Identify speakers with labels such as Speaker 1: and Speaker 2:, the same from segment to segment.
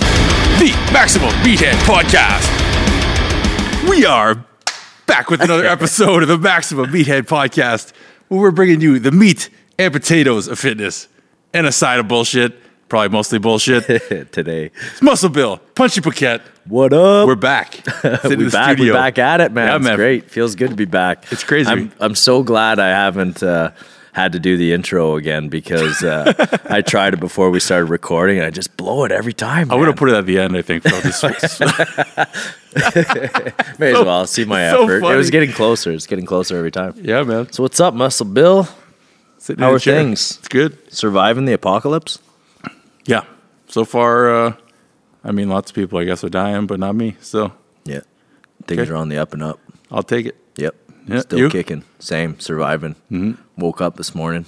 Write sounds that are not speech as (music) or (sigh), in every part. Speaker 1: the Maximum Meathead Podcast. We are back with
Speaker 2: (laughs)
Speaker 1: another episode of the Maximum Meathead Podcast, where we're bringing you the meat and potatoes of fitness and a side of bullshit, probably mostly
Speaker 2: (laughs)
Speaker 1: bullshit. It's
Speaker 2: today.
Speaker 1: Muscle Bill, Punchy Paquette.
Speaker 2: What up?
Speaker 1: We're back. Sitting in
Speaker 2: (laughs) we
Speaker 1: the
Speaker 2: back. We
Speaker 1: studio.
Speaker 2: back at it, man.
Speaker 1: Yeah,
Speaker 2: it's
Speaker 1: man.
Speaker 2: great. Feels good to be back.
Speaker 1: It's crazy.
Speaker 2: I'm, I'm so glad I haven't uh, had to do the intro again
Speaker 1: (laughs)
Speaker 2: because uh, I tried it before we started recording, and I just blow it every time.
Speaker 1: I would have Oh, put it at the end, I think. For all
Speaker 2: (laughs)
Speaker 1: this-
Speaker 2: May as well see my
Speaker 1: so
Speaker 2: effort. It was
Speaker 1: funny.
Speaker 2: getting closer. It's getting closer every time.
Speaker 1: (laughs) yeah, man.
Speaker 2: So what's up, Muscle Bill?
Speaker 1: Sitting
Speaker 2: How
Speaker 1: in a
Speaker 2: are
Speaker 1: chair.
Speaker 2: things?
Speaker 1: It's good.
Speaker 2: Surviving the apocalypse?
Speaker 1: Yeah. So far, uh, I mean, lots of people, I guess, are dying, but not me. So
Speaker 2: Yeah. Things
Speaker 1: Okay.
Speaker 2: are on the up and up.
Speaker 1: I'll take it.
Speaker 2: Yep.
Speaker 1: Yeah,
Speaker 2: Still
Speaker 1: you? Mm-hmm.
Speaker 2: kicking. Same. Surviving. Woke up this morning.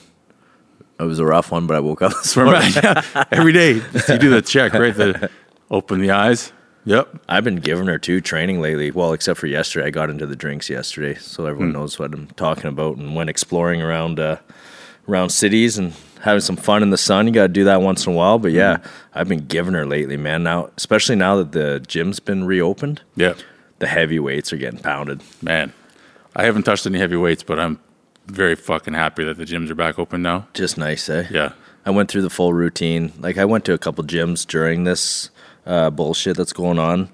Speaker 2: It was a rough one, but I woke up (laughs) this
Speaker 1: (laughs)
Speaker 2: morning.
Speaker 1: Yeah. Every day, just you do the check, right? The open the eyes. Yep.
Speaker 2: I've been giving her two training lately. Well, except for yesterday, I got into the drinks yesterday, so everyone knows what I'm talking about. And went exploring around uh, around cities and having some fun in the sun. You got to do that once in a while. But yeah, I've been giving her lately, man. Now, especially now that the gym's been reopened,
Speaker 1: Yep.
Speaker 2: the heavy weights are getting pounded.
Speaker 1: Man, I haven't touched any heavy weights, but I'm very fucking happy that the gyms are back open now.
Speaker 2: Just nice, eh?
Speaker 1: Yeah.
Speaker 2: I went through the full routine. Like I went to a couple gyms during this uh, bullshit that's going on,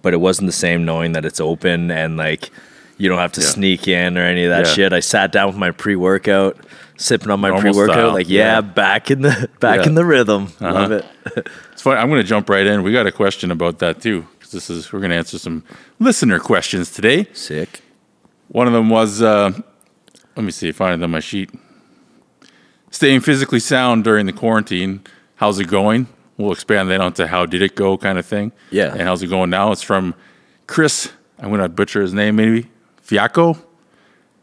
Speaker 2: but it wasn't the same knowing that it's open and like you don't have to
Speaker 1: Yeah.
Speaker 2: sneak in or any of that
Speaker 1: Yeah.
Speaker 2: shit. I sat down with my pre-workout, sipping on my
Speaker 1: Normal style,
Speaker 2: pre-workout. Like yeah,
Speaker 1: yeah.
Speaker 2: back in the (laughs) back
Speaker 1: Yeah. Uh-huh.
Speaker 2: in the rhythm. Love it.
Speaker 1: It's funny. I'm going to jump right in. We got a question about that too, because this is we're going to answer some listener questions today.
Speaker 2: Sick.
Speaker 1: One of them was, uh, let me see, find it on my sheet. Staying physically sound during the quarantine. How's it going? We'll expand that onto how did it go kind of thing.
Speaker 2: Yeah.
Speaker 1: And how's it going now? It's from Chris. I'm going to butcher his name maybe. Fiaco.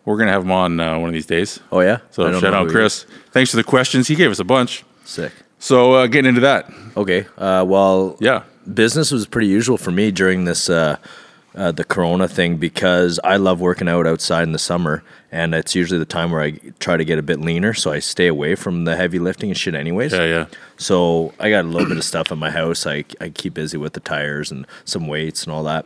Speaker 1: We're going to have him on uh, one of these days.
Speaker 2: Oh yeah. I
Speaker 1: So
Speaker 2: don't
Speaker 1: shout
Speaker 2: know
Speaker 1: out
Speaker 2: who he
Speaker 1: Chris.
Speaker 2: is.
Speaker 1: Thanks for the questions. He gave us a bunch.
Speaker 2: Sick.
Speaker 1: So uh, getting into that.
Speaker 2: Okay. Uh, well,
Speaker 1: Yeah.
Speaker 2: business was pretty usual for me during this uh, uh, the corona thing because I love working out outside in the summer, and it's usually the time where I try to get a bit leaner, so I stay away from the heavy lifting and shit, anyways.
Speaker 1: Yeah, yeah.
Speaker 2: So I got a little bit of stuff in my house. I I keep busy with the tires and some weights and all that.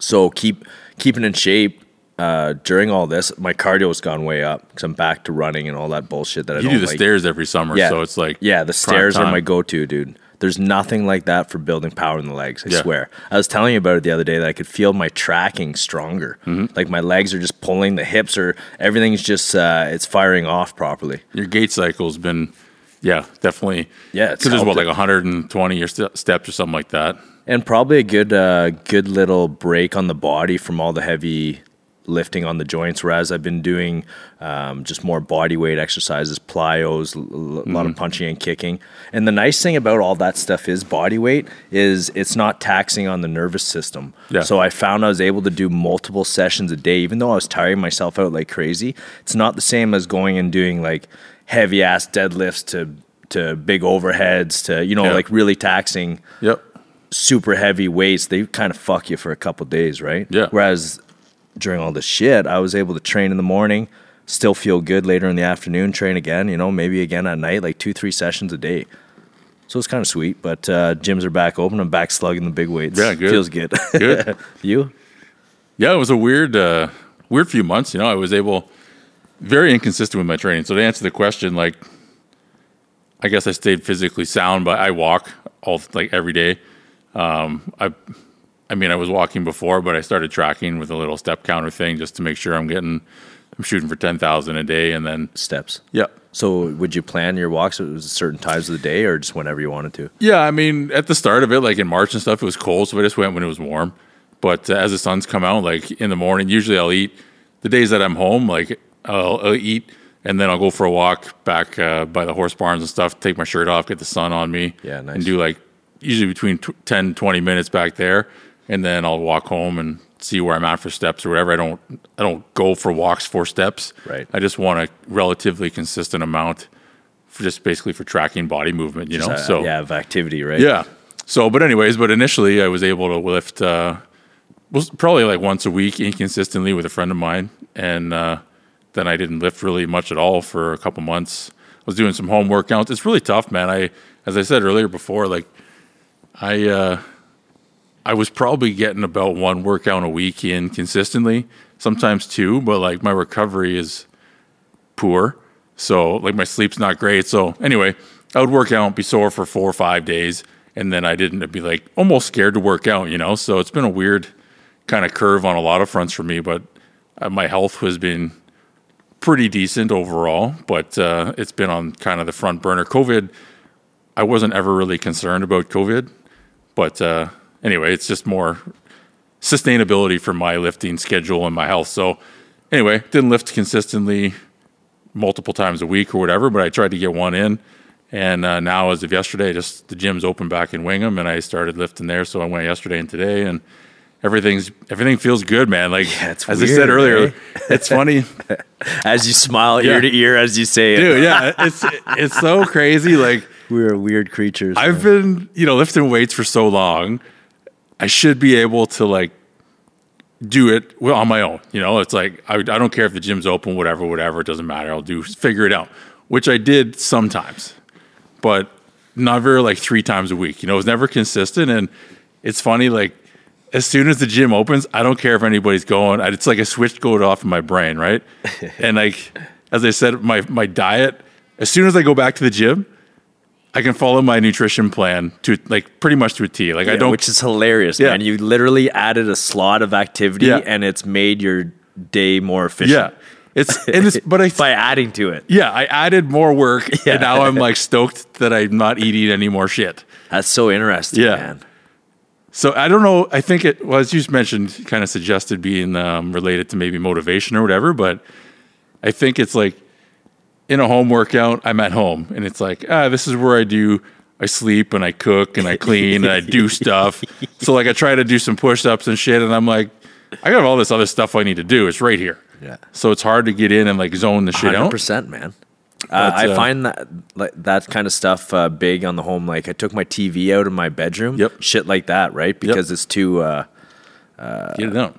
Speaker 2: So keep keeping in shape. Uh, during all this, my cardio's gone way up because I'm back to running and all that bullshit that I
Speaker 1: You
Speaker 2: don't
Speaker 1: do the
Speaker 2: like.
Speaker 1: stairs every summer. So it's like
Speaker 2: Yeah, the
Speaker 1: prime
Speaker 2: stairs are
Speaker 1: time.
Speaker 2: my go to, dude. There's nothing like that for building power in the legs, I
Speaker 1: Yeah.
Speaker 2: swear. I was telling you about it the other day that I could feel my tracking stronger.
Speaker 1: Mm-hmm.
Speaker 2: Like my legs are just pulling, the hips are everything's just uh it's firing off properly.
Speaker 1: your gait cycle's been yeah definitely
Speaker 2: Yeah, it's
Speaker 1: because there's what
Speaker 2: helped
Speaker 1: like
Speaker 2: it.
Speaker 1: 120 or st- steps or something like that
Speaker 2: And probably a good uh good little break on the body from all the heavy lifting on the joints whereas I've been doing um, just more body weight exercises, plyos, a
Speaker 1: Mm-hmm.
Speaker 2: lot of punching and kicking. And the nice thing about all that stuff is body weight is it's not taxing on the nervous system.
Speaker 1: Yeah.
Speaker 2: So I found I was able to do multiple sessions a day, even though I was tiring myself out like crazy. It's not the same as going and doing like heavy ass deadlifts to to big overheads to you know
Speaker 1: Yeah.
Speaker 2: like really taxing
Speaker 1: yep
Speaker 2: super heavy weights. They kind of fuck you for a couple days, right?
Speaker 1: Yeah.
Speaker 2: Whereas during all this shit, I was able to train in the morning, still feel good later in the afternoon, train again. You know, maybe again at night, like two three sessions a day. So it's kind of sweet, but uh, gyms are back open. I'm back slugging the big weights.
Speaker 1: Yeah, good.
Speaker 2: Feels good.
Speaker 1: (laughs) Good.
Speaker 2: (laughs) you?
Speaker 1: yeah it was a weird uh weird few months you know i was able very inconsistent with my training so to answer the question like i guess i stayed physically sound but i walk all like every day um i i mean i was walking before but i started tracking with a little step counter thing just to make sure i'm getting i'm shooting for 10000 a day and then
Speaker 2: Steps.
Speaker 1: yep
Speaker 2: So would you plan your walks at certain times of the day, or just whenever you wanted to?
Speaker 1: Yeah, I mean, at the start of it, like in March and stuff, it was cold, so I just went when it was warm. But uh, as the sun's come out, like in the morning, usually I'll eat. The days that I'm home, like I'll, I'll eat, and then I'll go for a walk back uh, by the horse barns and stuff. Take my shirt off, get the sun on me,
Speaker 2: Yeah, nice.
Speaker 1: and do like usually between tw 10, 20 minutes back there, and then I'll walk home and see where I'm at for steps or whatever. I don't, I don't go for walks for steps.
Speaker 2: Right.
Speaker 1: I just want a relatively consistent amount, for just basically for tracking body movement. You know,
Speaker 2: Uh,
Speaker 1: so
Speaker 2: yeah, of activity, right?
Speaker 1: yeah. So, but anyways, but initially I was able to lift uh, was probably like once a week inconsistently with a friend of mine, and uh, then I didn't lift really much at all for a couple months. I was doing some home workouts. It's really tough, man. I, as I said earlier before, like I uh, I was probably getting about one workout a week in consistently, sometimes two, but like my recovery is poor. So like my sleep's not great. So anyway, I would work out, be sore for four or five days, and then I didn't I'd be like almost scared to work out, you know. So it's been a weird kind of curve on a lot of fronts for me, but uh, my health has been pretty decent overall, but uh, it's been on kind of the front burner. COVID, I wasn't ever really concerned about COVID, but uh, anyway, it's just more sustainability for my lifting schedule and my health. So anyway, didn't lift consistently multiple times a week or whatever, but I tried to get one in. And uh, now, as of yesterday, just the gym's open back in Wingham, and I started lifting there. So I went yesterday and today, and everything's everything feels good, man. Like
Speaker 2: Yeah, it's
Speaker 1: as I
Speaker 2: weird,
Speaker 1: said earlier,
Speaker 2: eh?
Speaker 1: it's
Speaker 2: (laughs)
Speaker 1: funny.
Speaker 2: As you smile
Speaker 1: Yeah.
Speaker 2: ear to ear as you say it.
Speaker 1: dude. Yeah, it's it's so crazy. Like
Speaker 2: We're weird creatures.
Speaker 1: I've been, you know, lifting weights for so long, I should be able to like do it well on my own. You know, it's like I, I don't care if the gym's open, whatever, whatever. It doesn't matter. I'll do figure it out, which I did sometimes, but never like three times a week. You know, it was never consistent, and it's funny like. As soon as the gym opens, I don't care if anybody's going. I- It's like a switch going off in my brain, right?
Speaker 2: (laughs)
Speaker 1: and like, as I said, my my diet. As soon as I go back to the gym, I can follow my nutrition plan to like pretty much to a T. Like I
Speaker 2: Yeah,
Speaker 1: don't
Speaker 2: which is hilarious,
Speaker 1: Yeah.
Speaker 2: man. You literally added a slot of activity
Speaker 1: Yeah.
Speaker 2: and it's made your day more
Speaker 1: (laughs) Yeah,
Speaker 2: efficient
Speaker 1: it's and it's
Speaker 2: (laughs)
Speaker 1: but I
Speaker 2: by adding to it.
Speaker 1: yeah I added more work and now
Speaker 2: (laughs)
Speaker 1: I'm like stoked that I'm not eating any more shit.
Speaker 2: That's so interesting,
Speaker 1: Yeah.
Speaker 2: man.
Speaker 1: So I don't know. I think it well, as you mentioned, kind of suggested being um, related to maybe motivation or whatever. But I think it's like in a home workout, I'm at home and it's like ah, this is where I do. I sleep and I cook and I clean and I
Speaker 2: (laughs)
Speaker 1: do stuff. So like I try to do some push-ups and shit, and I'm like, I got all this other stuff I need to do. It's right here.
Speaker 2: Yeah.
Speaker 1: So it's hard to get in and like zone the shit
Speaker 2: Hundred
Speaker 1: out.
Speaker 2: percent, man. Uh,
Speaker 1: But,
Speaker 2: I
Speaker 1: uh,
Speaker 2: find that like that kind of stuff uh, big on the home. Like I took my TV out of my bedroom.
Speaker 1: Yep.
Speaker 2: Shit like that, right? Because it's too. Uh,
Speaker 1: Get it out.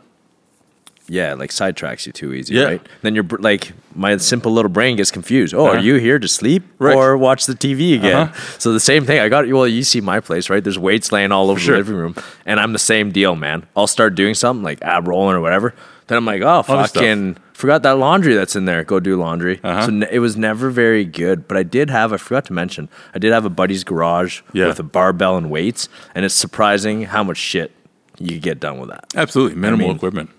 Speaker 2: yeah, like sidetracks you too easy,
Speaker 1: Yeah.
Speaker 2: right? Then you're br- like, my simple little brain gets confused. Oh,
Speaker 1: Uh-huh.
Speaker 2: are you here to sleep
Speaker 1: Right.
Speaker 2: or watch the TV again?
Speaker 1: Uh-huh.
Speaker 2: So the same thing. I got well, you see my place, right? There's weights laying all over
Speaker 1: sure.
Speaker 2: the living room, and I'm the same deal, man. I'll start doing something like ab rolling or whatever. Then I'm like, oh,
Speaker 1: Other stuff.
Speaker 2: fucking forgot that laundry that's in there. Go do laundry.
Speaker 1: Uh-huh.
Speaker 2: So n- it was never very good. But I did have. I forgot to mention. I did have a buddy's garage
Speaker 1: Yeah.
Speaker 2: with a barbell and weights, and it's surprising how much shit you could get done with that
Speaker 1: Absolutely minimal
Speaker 2: mean-
Speaker 1: equipment.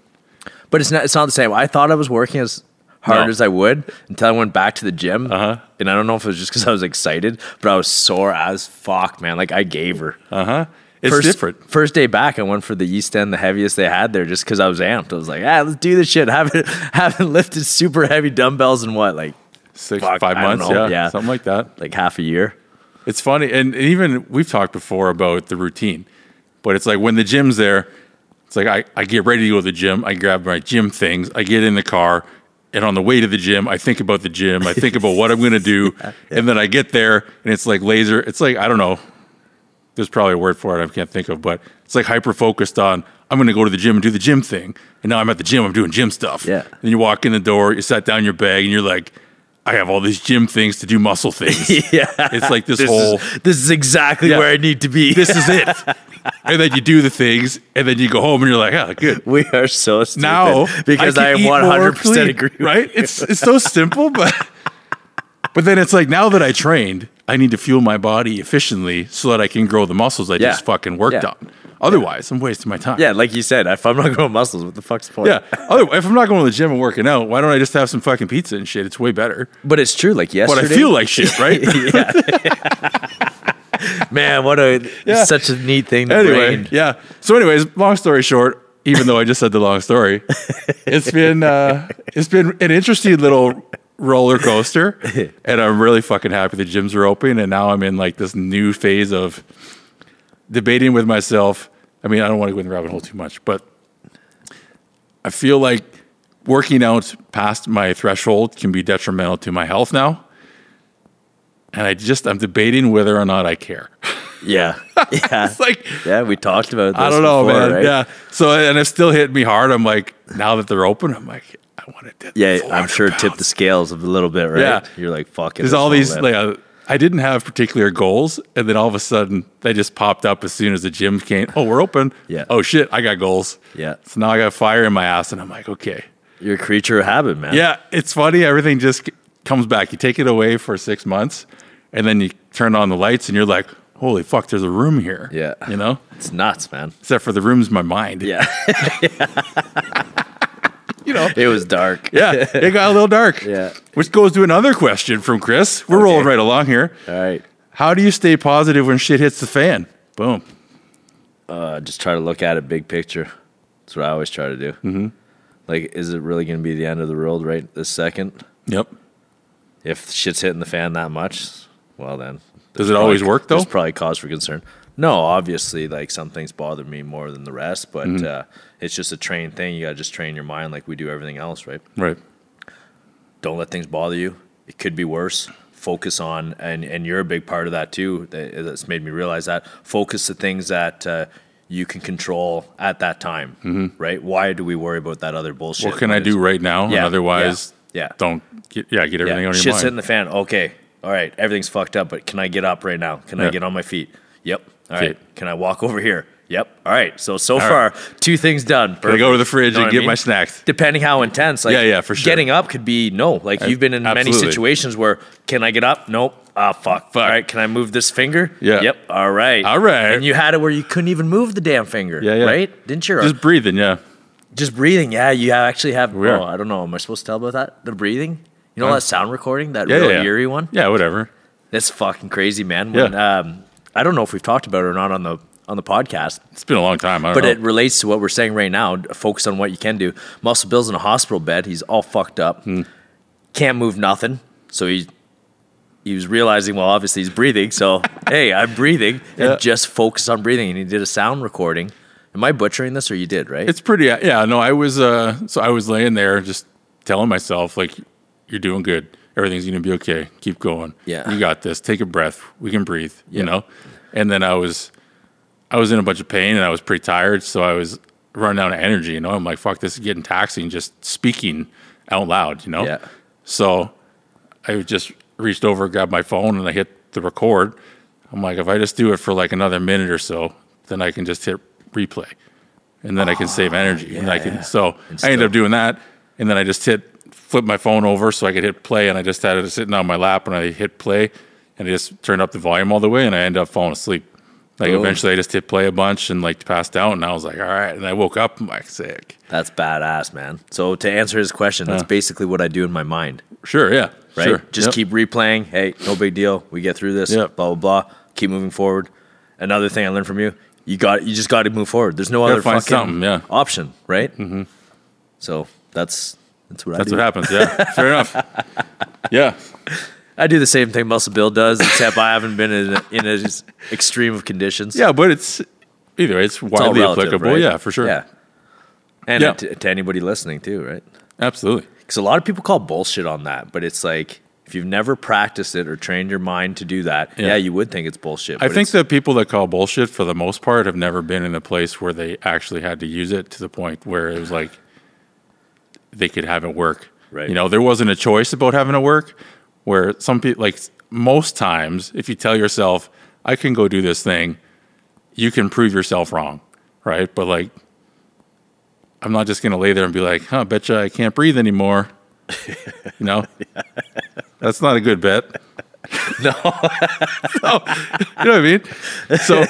Speaker 2: but it's not it's not the same. I thought I was working as hard
Speaker 1: No.
Speaker 2: as I would until I went back to the gym.
Speaker 1: Uh-huh.
Speaker 2: And I don't know if it was just because I was excited, but I was sore as fuck, man. Like I gave her.
Speaker 1: Uh huh. It's
Speaker 2: first,
Speaker 1: different.
Speaker 2: First day back, I went for the East End, the heaviest they had there, just because I was amped. I was like, ah, let's do this shit. (laughs) Haven't haven't lifted super heavy dumbbells in what like
Speaker 1: Six,
Speaker 2: Fuck,
Speaker 1: five
Speaker 2: I don't
Speaker 1: months.
Speaker 2: know.
Speaker 1: Yeah,
Speaker 2: Yeah.
Speaker 1: Something like that.
Speaker 2: like half a year.
Speaker 1: It's funny. And, and even we've talked before about the routine, but it's like when the gym's there, it's like I, I get ready to go to the gym. I grab my gym things. I get in the car. And on the way to the gym, I think about the gym. I think about what I'm going to do. And then I get there and it's like laser. It's like, I don't know. There's probably a word for it I can't think of, but it's like hyper focused on I'm going to go to the gym and do the gym thing. And now I'm at the gym. I'm doing gym stuff.
Speaker 2: Yeah.
Speaker 1: And you walk in the door, you set down your bag, and you're like, I have all these gym things to do muscle things.
Speaker 2: Yeah.
Speaker 1: It's like (laughs) this,
Speaker 2: This
Speaker 1: whole
Speaker 2: is this is exactly
Speaker 1: Yeah.
Speaker 2: where I need to be.
Speaker 1: this is it. (laughs) and then you do the things, and then you go home, and you're like, ah, good.
Speaker 2: (laughs) we are so stupid
Speaker 1: Now
Speaker 2: because
Speaker 1: can
Speaker 2: I, am
Speaker 1: eat more
Speaker 2: one hundred percent
Speaker 1: clean,
Speaker 2: agree. with
Speaker 1: Right? It's it's so simple, but (laughs) but then it's like now that I trained, I need to fuel my body efficiently so that I can grow the muscles I
Speaker 2: Yeah.
Speaker 1: just fucking worked
Speaker 2: Yeah.
Speaker 1: on. Otherwise, I'm wasting my time.
Speaker 2: Yeah, like you said, if I'm not growing muscles, what the fuck's the point?
Speaker 1: Yeah. Other, if I'm not going to the gym and working out, why don't I just have some fucking pizza and shit? It's way better.
Speaker 2: But it's true. Like
Speaker 1: But
Speaker 2: yesterday,
Speaker 1: I feel like shit, right?
Speaker 2: (laughs) man, what a
Speaker 1: Yeah.
Speaker 2: such a neat thing. To
Speaker 1: anyway,
Speaker 2: brain.
Speaker 1: yeah. So, anyways, long story short, even though I just said the long story, it's been uh, it's been an interesting little roller coaster, and I'm really fucking happy the gyms are open, and now I'm in like this new phase of debating with myself. I mean, I don't want to go in the rabbit hole too much, but I feel like working out past my threshold can be detrimental to my health now. And I just, I'm debating whether or not I care. (laughs)
Speaker 2: yeah, yeah,
Speaker 1: It's like,
Speaker 2: yeah. We talked about. This
Speaker 1: I don't know,
Speaker 2: before,
Speaker 1: man.
Speaker 2: right?
Speaker 1: Yeah. So and it still hit me hard. I'm like, now that they're open, I'm like, I want to.
Speaker 2: yeah. I'm sure it tipped the scales a little bit, right?
Speaker 1: Yeah.
Speaker 2: You're like, fucking.
Speaker 1: There's all these like, uh, I didn't have particular goals, and then all of a sudden they just popped up as soon as the gym came. Oh, we're open.
Speaker 2: Yeah.
Speaker 1: Oh shit, I got goals.
Speaker 2: Yeah.
Speaker 1: So now I got fire in my ass, and I'm like, okay.
Speaker 2: You're a creature of habit, man.
Speaker 1: Yeah, it's funny. Everything just c- comes back. You take it away for six months, and then you turn on the lights, and you're like, holy fuck, there's a room here.
Speaker 2: Yeah.
Speaker 1: You know,
Speaker 2: It's nuts, man.
Speaker 1: except for the room's my mind.
Speaker 2: Yeah.
Speaker 1: (laughs) You
Speaker 2: (laughs)
Speaker 1: know.
Speaker 2: it was dark.
Speaker 1: Yeah, it got a little dark.
Speaker 2: Yeah.
Speaker 1: Which goes to another question from Chris. We're rolling right along here.
Speaker 2: All right.
Speaker 1: How do you stay positive when shit hits the fan? Boom.
Speaker 2: Uh, just try to look at it big picture. That's what I always try to do. Mm-hmm. Like, is it really going to be the end of the world right this second?
Speaker 1: Yep.
Speaker 2: If shit's hitting the fan that much, well then.
Speaker 1: Does it always
Speaker 2: probably-
Speaker 1: work though?
Speaker 2: There's probably cause for concern. No, obviously, like some things bother me more than the rest, but
Speaker 1: Mm-hmm.
Speaker 2: uh, it's just a trained thing. You got to just train your mind like we do everything else, right?
Speaker 1: Right.
Speaker 2: don't let things bother you. It could be worse. Focus on, and, and you're a big part of that too. that- That's made me realize that. Focus the things that uh, you can control at that time, right? Why do we worry about that other bullshit?
Speaker 1: Mm-hmm. What can I do right now?
Speaker 2: Yeah,
Speaker 1: And otherwise,
Speaker 2: yeah, yeah.
Speaker 1: don't get, yeah, get everything
Speaker 2: Yeah.
Speaker 1: on your
Speaker 2: Shit's
Speaker 1: mind.
Speaker 2: hitting the fan. Okay, all right, everything's fucked up, but can I get up right now? Can
Speaker 1: Yeah.
Speaker 2: I get on my feet? Yep. All
Speaker 1: Okay.
Speaker 2: right. Can I walk over here? Yep. All right. So so
Speaker 1: right.
Speaker 2: far, two things done.
Speaker 1: Can I
Speaker 2: Perfect.
Speaker 1: go to the fridge
Speaker 2: Know
Speaker 1: and
Speaker 2: what I
Speaker 1: get
Speaker 2: mean?
Speaker 1: my snacks.
Speaker 2: depending how intense. Like,
Speaker 1: Yeah, yeah, for sure.
Speaker 2: Getting up could be no. Like you've been in
Speaker 1: Absolutely.
Speaker 2: many situations where can I get up? Nope. Ah, fuck. All right, can I move this finger?
Speaker 1: Yeah.
Speaker 2: Yep. All right.
Speaker 1: All right.
Speaker 2: And you had it where you couldn't even move the damn finger.
Speaker 1: Yeah, yeah.
Speaker 2: Right? Didn't you? Or Just,
Speaker 1: Just breathing, yeah.
Speaker 2: breathing. Yeah, you have- actually have.
Speaker 1: Weird.
Speaker 2: Oh, I don't know. Am I supposed to tell about that? The breathing. You know
Speaker 1: Huh?
Speaker 2: that sound recording, that
Speaker 1: Uh, Yeah,
Speaker 2: real
Speaker 1: yeah, yeah.
Speaker 2: eerie one.
Speaker 1: Yeah, whatever.
Speaker 2: That's fucking crazy, man. When, um, I don't know if we've talked about it or not on the on the podcast,
Speaker 1: It's been a long time. I don't
Speaker 2: but
Speaker 1: know.
Speaker 2: it relates to what we're saying right now. Focus on what you can do. Muscle Bill's in a hospital bed. He's all fucked up.
Speaker 1: Hmm.
Speaker 2: Can't move nothing. So he he was realizing, well, obviously he's
Speaker 1: (laughs)
Speaker 2: breathing. So hey, I'm breathing,
Speaker 1: Yeah.
Speaker 2: and just focus on breathing. And he did a sound recording. Am I butchering this, or you did right?
Speaker 1: It's pretty. Yeah, no, I was. Uh, so I was laying there, just telling myself like, "You're doing good. Everything's gonna be okay. Keep going.
Speaker 2: Yeah.
Speaker 1: you got this. Take a breath. We can breathe. You know." And then I was, I was in a bunch of pain, and I was pretty tired, so I was running out of energy. You know, I'm like, "Fuck, this is getting taxing." Just speaking out loud. You know.
Speaker 2: Yeah.
Speaker 1: So I just reached over, grabbed my phone, and I hit the record. I'm like, if I just do it for like another minute or so, then I can just hit replay, and then I can save energy. and I
Speaker 2: Ah, yeah.
Speaker 1: can so
Speaker 2: And
Speaker 1: I ended
Speaker 2: still-
Speaker 1: up doing that, and then I just hit flip my phone over so I could hit play, and I just had it sitting on my lap, and I hit play, and I just turned up the volume all the way, and I ended up falling asleep. Like
Speaker 2: Boom.
Speaker 1: eventually, I just hit play a bunch and like passed out, and I was like, all right, and I woke up, I'm like sick.
Speaker 2: that's badass, man. So to answer his question, that's basically what I do in my mind.
Speaker 1: Sure, yeah,
Speaker 2: right?
Speaker 1: Sure.
Speaker 2: Just
Speaker 1: Yep.
Speaker 2: keep replaying. Hey, no big deal. We get through this.
Speaker 1: Yep.
Speaker 2: Blah blah blah. Keep moving forward. Another thing I learned from you: you got you just got to move forward. There's no other
Speaker 1: find
Speaker 2: fucking
Speaker 1: something, yeah.
Speaker 2: option, right? Mm-hmm. So that's that's what
Speaker 1: That's
Speaker 2: I do.
Speaker 1: what happens.
Speaker 2: (laughs)
Speaker 1: Yeah, fair enough. Yeah,
Speaker 2: I do the same thing Muscle Bill does, except I haven't been in in as extreme of conditions.
Speaker 1: Yeah, but it's either way, it's
Speaker 2: It's all
Speaker 1: widely
Speaker 2: relative,
Speaker 1: applicable.
Speaker 2: right?
Speaker 1: Yeah, for sure.
Speaker 2: Yeah, and
Speaker 1: Yeah.
Speaker 2: to, to anybody listening too, right?
Speaker 1: Absolutely.
Speaker 2: Because a lot of people call bullshit on that, but it's like. If you've never practiced it or trained your mind to do that, yeah, you would think it's bullshit.
Speaker 1: I
Speaker 2: but
Speaker 1: think
Speaker 2: it's-
Speaker 1: that people that call bullshit for the most part have never been in a place where they actually had to use it to the point where it was like they could have it work.
Speaker 2: Right.
Speaker 1: You know, there wasn't a choice about having it work where some people like most times if you tell yourself, I can go do this thing, you can prove yourself wrong. Right. But like I'm not just gonna lay there and be like, huh, betcha I can't breathe anymore. (laughs) you know? That's not a good bet.
Speaker 2: (laughs)
Speaker 1: (laughs) you know what I mean? So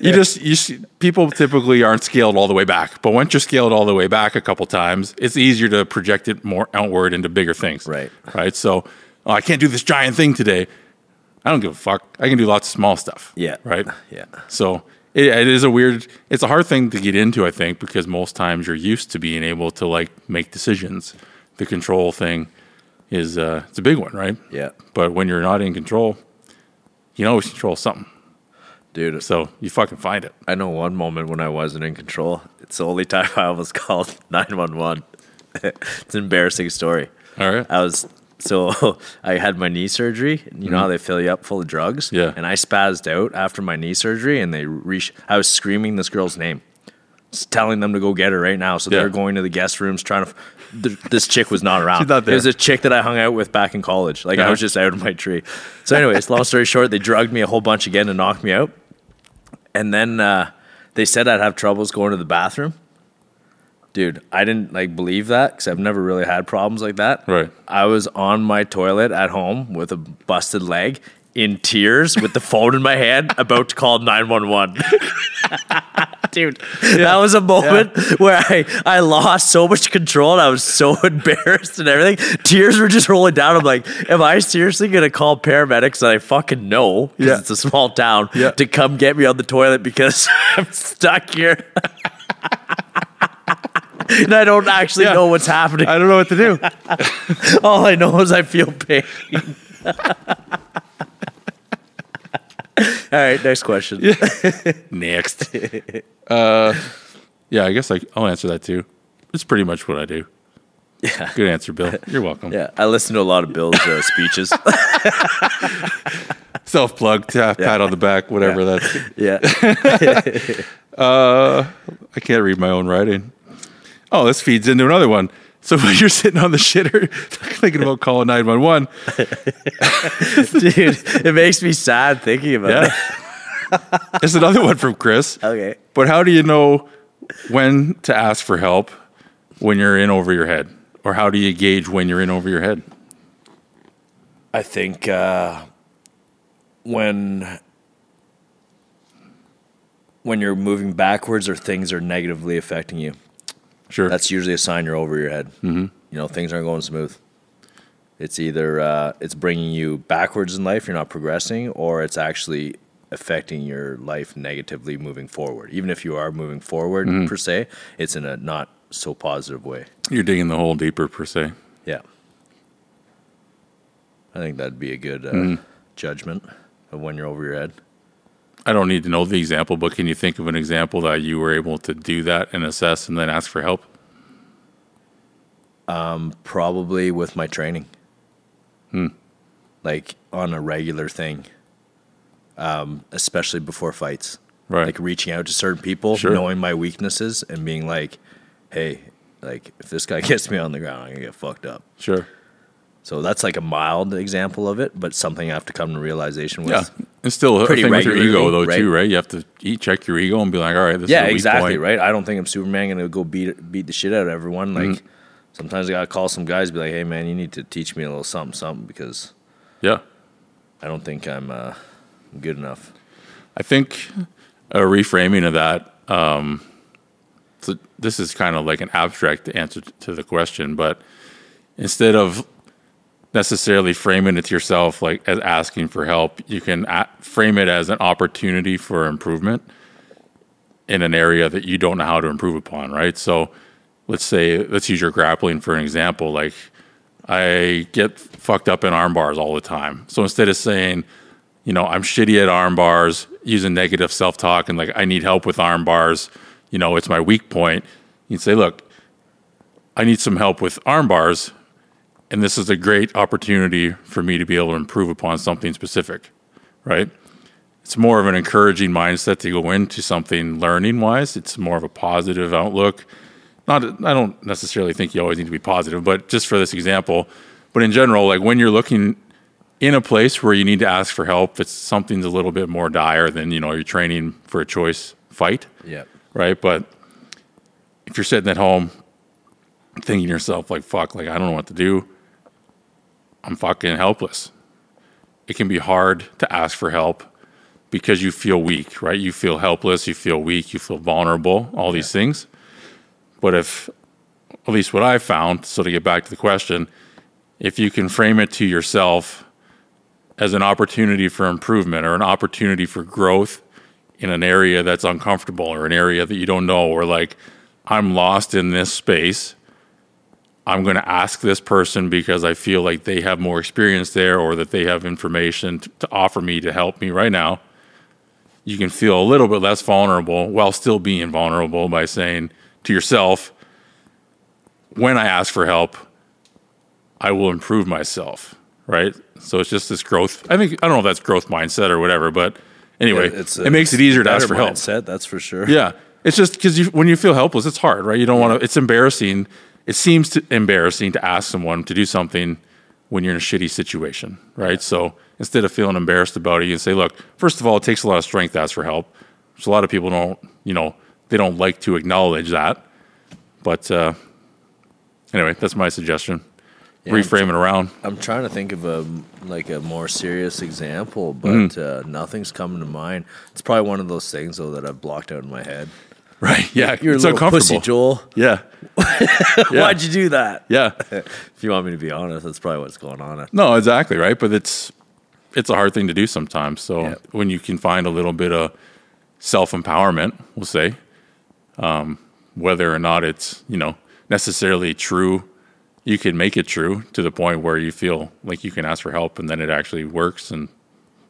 Speaker 1: you just you s- people typically aren't scaled all the way back, but once you're scaled all the way back a couple times, it's easier to project it more outward into bigger things.
Speaker 2: Right.
Speaker 1: Right. So oh, I can't do this giant thing today. I don't give a fuck. I can do lots of small stuff.
Speaker 2: Yeah.
Speaker 1: Right.
Speaker 2: (laughs) Yeah.
Speaker 1: So it, it is a weird. It's a hard thing to get into, I think, because most times you're used to being able to like make decisions. The control thing is uh, it's a big one, right?
Speaker 2: Yeah.
Speaker 1: But when you're not in control, you can always control something.
Speaker 2: dude,
Speaker 1: So you fucking find it.
Speaker 2: I know one moment when I wasn't in control. It's the only (laughs) time I almost called (laughs) 911. it's an embarrassing story.
Speaker 1: All right.
Speaker 2: I was so (laughs) I had my knee surgery. and You know how they fill you up full of drugs?
Speaker 1: Mm-hmm. Yeah.
Speaker 2: And I spazzed out after my knee surgery and they re- I was screaming this girl's name. s- telling them to go get her right now. So
Speaker 1: Yeah.
Speaker 2: they're going to the guest rooms trying to. F- th- this chick was not around.
Speaker 3: She's not
Speaker 2: It was
Speaker 3: there.
Speaker 2: a chick that I hung out with back in college. Like I
Speaker 1: Uh-huh.
Speaker 2: was just out of my tree. So, anyways, long story short, they drugged me a whole bunch again and knocked me out. And then uh, they said I'd have troubles going to the bathroom. Dude, I didn't like believe that because I've never really had problems like that.
Speaker 1: Right.
Speaker 2: I was on my toilet at home with a busted leg, in tears, with the phone in my hand, about to call nine one one. Dude, that was a moment where I, I lost so much control and I was so (laughs) embarrassed and everything. Tears were just rolling down. I'm like, am I seriously going to call paramedics that I fucking know because
Speaker 3: Yeah.
Speaker 2: it's a small town
Speaker 3: Yeah.
Speaker 2: to come get me on the toilet because (laughs) I'm stuck here? and I don't actually
Speaker 3: Yeah.
Speaker 2: know what's happening.
Speaker 3: I don't know what to
Speaker 2: (laughs)
Speaker 3: do.
Speaker 2: All I know is I feel pain. All right, next question. (laughs)
Speaker 1: Next. uh, yeah, I guess I, I'll answer that too. It's pretty much what I do. Yeah. Good answer,
Speaker 2: (laughs)
Speaker 1: Bill. You're welcome.
Speaker 2: Yeah, I listen to a lot of Bill's uh, speeches.
Speaker 1: Self plug, tap, pat on the back, whatever that's.
Speaker 2: (laughs) yeah.
Speaker 1: I can't read my own writing. Oh, this feeds into another one. So (laughs) when you're sitting on the shitter, (laughs) thinking about calling 911,
Speaker 2: (laughs) Dude, it makes me sad thinking about it.
Speaker 1: (laughs) yeah. There's another one from Chris.
Speaker 2: Okay.
Speaker 1: But how do you know when to ask for help when you're in over your head? Or how do you gauge when you're in over your head?
Speaker 2: I think uh, when when you're moving backwards or things are negatively affecting you,
Speaker 1: Sure.
Speaker 2: that's usually a sign you're over your head. Mm-hmm. You know, things aren't going smooth. It's either uh, it's bringing you backwards in life, you're not progressing, or it's actually affecting your life negatively moving forward. Even if you are moving forward per se, it's in a not so positive way.
Speaker 1: you're digging the hole deeper, per se.
Speaker 2: Yeah. I think that'd be a good uh, judgment of when you're over your head.
Speaker 1: I don't need to know the example, but can you think of an example that you were able to do that and assess and then ask for help?
Speaker 2: Probably with my training.
Speaker 1: Hmm.
Speaker 2: Like on a regular thing, um, especially before fights.
Speaker 1: Right.
Speaker 2: Like reaching out to certain people,
Speaker 1: Sure.
Speaker 2: knowing my weaknesses, and being like, hey, like if this guy (laughs) gets me on the ground, I'm going to get fucked up.
Speaker 1: Sure.
Speaker 2: So that's like a mild example of it, but something I have to come to realization with.
Speaker 1: Yeah. It's still a
Speaker 2: Pretty
Speaker 1: thing with your
Speaker 2: regularly,
Speaker 1: ego, though,
Speaker 2: right?
Speaker 1: too, right? You have to e- check your ego and be like, all right, this is
Speaker 2: yeah,
Speaker 1: a weak
Speaker 2: exactly.
Speaker 1: point.
Speaker 2: Right. I don't think I'm Superman gonna go beat beat the shit out of everyone.
Speaker 1: Mm-hmm.
Speaker 2: Like sometimes I gotta call some guys, be like, hey man, you need to teach me a little something, something because
Speaker 1: Yeah.
Speaker 2: I don't think I'm uh, good enough.
Speaker 1: I think a reframing of that. Um, so this is kind of like an abstract answer to the question, but instead of necessarily framing it to yourself like as asking for help, you can a- frame it as an opportunity for improvement in an area that you don't know how to improve upon, right? So let's say let's use your grappling for an example. Like I get fucked up in arm bars all the time. So instead of saying, you know, I'm shitty at arm bars, using negative self talk and like I need help with arm bars, you know, it's my weak point. You'd say, look, I need some help with arm bars, and this is a great opportunity for me to be able to improve upon something specific, right? It's more of an encouraging mindset to go into something learning wise. It's more of a positive outlook. Not, I don't necessarily think you always need to be positive, but just for this example, but in general, like when you're looking in a place where you need to ask for help, it's something's a little bit more dire than you know you're training for a choice fight,
Speaker 2: Yeah.
Speaker 1: right? But if you're sitting at home thinking to yourself like fuck, like I don't know what to do, I'm fucking helpless. It can be hard to ask for help because you feel weak, right? You feel helpless, you feel weak, you feel vulnerable, all these things. But if at least what I found, so to get back to the question, if you can frame it to yourself as an opportunity for improvement or an opportunity for growth in an area that's uncomfortable or an area that you don't know, or like, I'm lost in this space. I'm going to ask this person because I feel like they have more experience there or that they have information t- to offer me to help me right now. You can feel a little bit less vulnerable while still being vulnerable by saying to yourself, when I ask for help, I will improve myself, right? So it's just this growth. I think I don't know if that's growth mindset or whatever, but anyway,
Speaker 2: It's a-
Speaker 1: it makes it easier to
Speaker 2: better
Speaker 1: ask for help.
Speaker 2: mindset, that's for sure.
Speaker 1: Yeah. It's just because you, when you feel helpless, it's hard, right? You don't want to. It's embarrassing. It seems to, embarrassing to ask someone to do something when you're in a shitty situation, right? So instead of feeling embarrassed about it, you can say, "Look, first of all, it takes a lot of strength to ask for help, which a lot of people don't. You know, they don't like to acknowledge that. But uh, anyway, that's my suggestion. Reframe it around. (laughs)
Speaker 2: I'm trying to think of a like a more serious example, but
Speaker 1: Mm-hmm.
Speaker 2: uh, nothing's coming to mind. It's probably one of those things though that I've blocked out in my head.
Speaker 1: Right? Yeah,
Speaker 2: You're
Speaker 1: it's
Speaker 2: a little
Speaker 1: uncomfortable.
Speaker 2: pussy, Joel. (laughs)
Speaker 1: Yeah, Yeah.
Speaker 2: Why'd you do that?
Speaker 1: yeah.
Speaker 2: If you want me to be honest, that's probably what's going on.
Speaker 1: No, exactly right. But it's it's a hard thing to do sometimes. So
Speaker 2: Yeah.
Speaker 1: when you can find a little bit of self empowerment, we'll say, um, whether or not it's you know necessarily true, you can make it true to the point where you feel like you can ask for help, and then it actually works and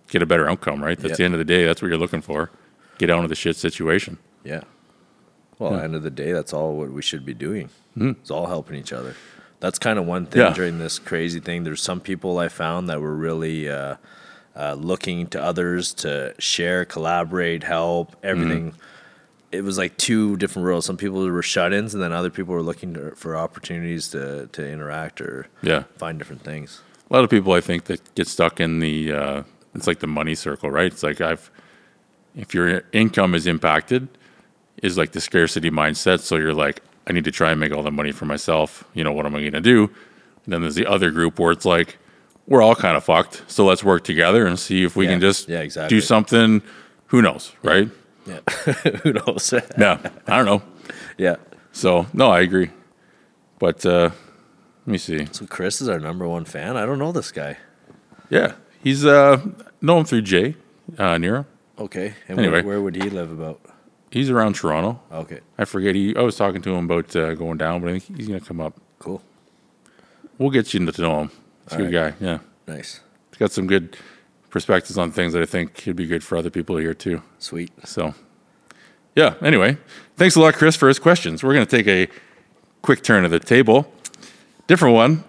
Speaker 1: get a better outcome. Right. That's
Speaker 2: Yeah.
Speaker 1: the end of the day. That's what you're looking for. Get out of the shit situation.
Speaker 2: Yeah. Well, at the end of the day, that's all what we should be doing. It's all helping each other. That's kind of one thing
Speaker 1: Yeah.
Speaker 2: during this crazy thing. There's some people I found that were really uh, uh, looking to others to share, collaborate, help, everything. It was like two different roles. Some people were shut-ins, and then other people were looking to, for opportunities to to interact or
Speaker 1: Yeah.
Speaker 2: find different things.
Speaker 1: a lot of people I think that get stuck in the uh, it's like the money circle, right? It's like I've if your income is impacted, is like the scarcity mindset. So you're like, I need to try and make all the money for myself. You know, what am I going to do? And then there's the other group where it's like, we're all kind of fucked. So let's work together and see if we
Speaker 2: Yeah.
Speaker 1: can just
Speaker 2: Yeah, exactly.
Speaker 1: do something. Who knows, right?
Speaker 2: Yeah, (laughs) who knows?
Speaker 1: Yeah, I don't know.
Speaker 2: yeah.
Speaker 1: So no, I agree. But uh, let me see.
Speaker 2: So Chris is our number one fan. I don't know this guy.
Speaker 1: Yeah, he's uh, known through Jay uh, Nero.
Speaker 2: Okay, and
Speaker 1: Anyway.
Speaker 2: where, where would he live about?
Speaker 1: He's around Toronto.
Speaker 2: Okay,
Speaker 1: I forget. He. I was talking to him about uh, going down, but I think he's going to come up.
Speaker 2: cool.
Speaker 1: We'll get you to know him. He's a good guy. Yeah,
Speaker 2: Nice.
Speaker 1: he's got some good perspectives on things that I think could be good for other people here too.
Speaker 2: Sweet.
Speaker 1: So, yeah. Anyway, thanks a lot, Chris, for his questions. We're going to take a quick turn of the table. Different one.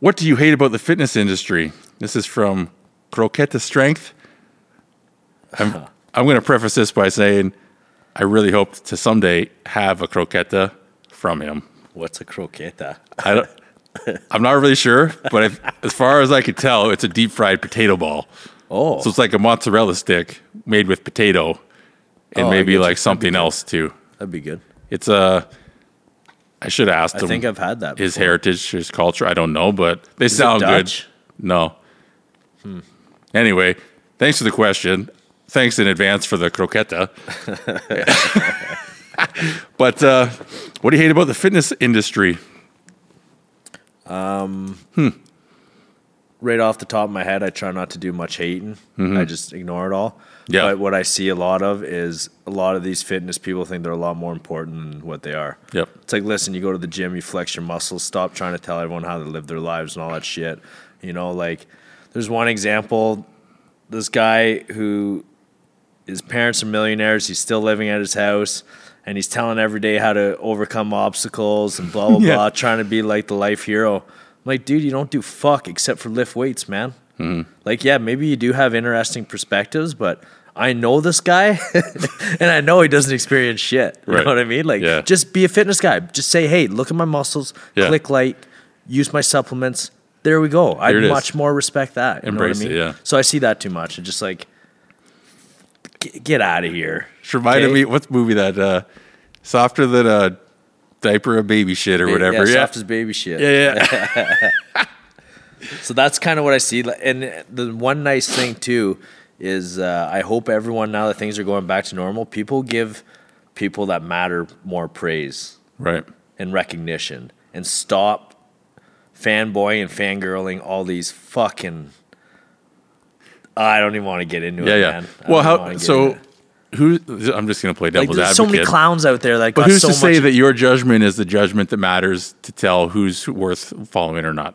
Speaker 1: What do you hate about the fitness industry? This is from Croqueta Strength. I'm, I'm going to preface this by saying I really hope to someday have a croqueta from him.
Speaker 2: What's a croqueta?
Speaker 1: I don't, I'm not really sure, but if, as far as I could tell, it's a deep fried potato ball.
Speaker 2: Oh,
Speaker 1: So it's like a mozzarella stick made with potato and
Speaker 2: Oh, I
Speaker 1: maybe
Speaker 2: get you.
Speaker 1: like something else too.
Speaker 2: that'd be good.
Speaker 1: It's a. I should have asked
Speaker 2: I
Speaker 1: him
Speaker 2: think I've had that.
Speaker 1: his
Speaker 2: before.
Speaker 1: heritage, his culture. I don't know, but they sound
Speaker 2: Dutch? Hmm.
Speaker 1: good. No. Anyway, thanks for the question. Thanks in advance for the
Speaker 2: (laughs)
Speaker 1: croqueta. (laughs) but uh, what do you hate about the fitness industry?
Speaker 2: Right off the top of my head, I try not to do much hating. I just ignore it all.
Speaker 1: Yeah.
Speaker 2: But what I see a lot of is a lot of these fitness people think they're a lot more important than what they are.
Speaker 1: Yep.
Speaker 2: It's like, listen, you go to the gym, you flex your muscles, stop trying to tell everyone how to live their lives and all that shit. You know, like, there's one example this guy who his parents are millionaires, he's still living at his house, and he's telling every day how to overcome obstacles and blah, blah,
Speaker 1: (laughs) Yeah.
Speaker 2: blah, trying to be like the life hero. I'm like, dude, you don't do fuck except for lift weights, man.
Speaker 1: Mm-hmm.
Speaker 2: Like, yeah, maybe you do have interesting perspectives, but. I know this guy, (laughs) and I know he doesn't experience shit. You
Speaker 1: Right.
Speaker 2: know what I mean? Like,
Speaker 1: Yeah.
Speaker 2: just just be a fitness guy. Just say, hey, look at my muscles,
Speaker 1: Yeah.
Speaker 2: click like, use my supplements. There we go.
Speaker 1: There it
Speaker 2: I'd
Speaker 1: is.
Speaker 2: much more respect that. You
Speaker 1: Embrace it,
Speaker 2: know what I mean?
Speaker 1: yeah.
Speaker 2: So I see that too much. It's just like, get, get out of here.
Speaker 1: Which reminded
Speaker 2: Okay?
Speaker 1: me, what movie that? Uh, softer than a diaper, a baby shit, or whatever.
Speaker 2: Yeah,
Speaker 1: Yeah,
Speaker 2: soft as baby shit.
Speaker 1: yeah, yeah.
Speaker 2: So that's kind of what I see. Like, And the one nice thing too is uh, I hope everyone now that things are going back to normal, people give people that matter more praise.
Speaker 1: right.
Speaker 2: and recognition and stop fanboy and fangirling all these fucking I don't even want to get into
Speaker 1: Yeah,
Speaker 2: it,
Speaker 1: yeah.
Speaker 2: man. I
Speaker 1: Well,
Speaker 2: don't wanna
Speaker 1: how?
Speaker 2: get
Speaker 1: So,
Speaker 2: into it.
Speaker 1: who? I'm just gonna play
Speaker 2: like
Speaker 1: devil's
Speaker 2: there's
Speaker 1: advocate.
Speaker 2: so many clowns out there that
Speaker 1: But
Speaker 2: got
Speaker 1: who's
Speaker 2: so
Speaker 1: to say
Speaker 2: much
Speaker 1: that your judgment is the judgment that matters to tell who's worth following or not?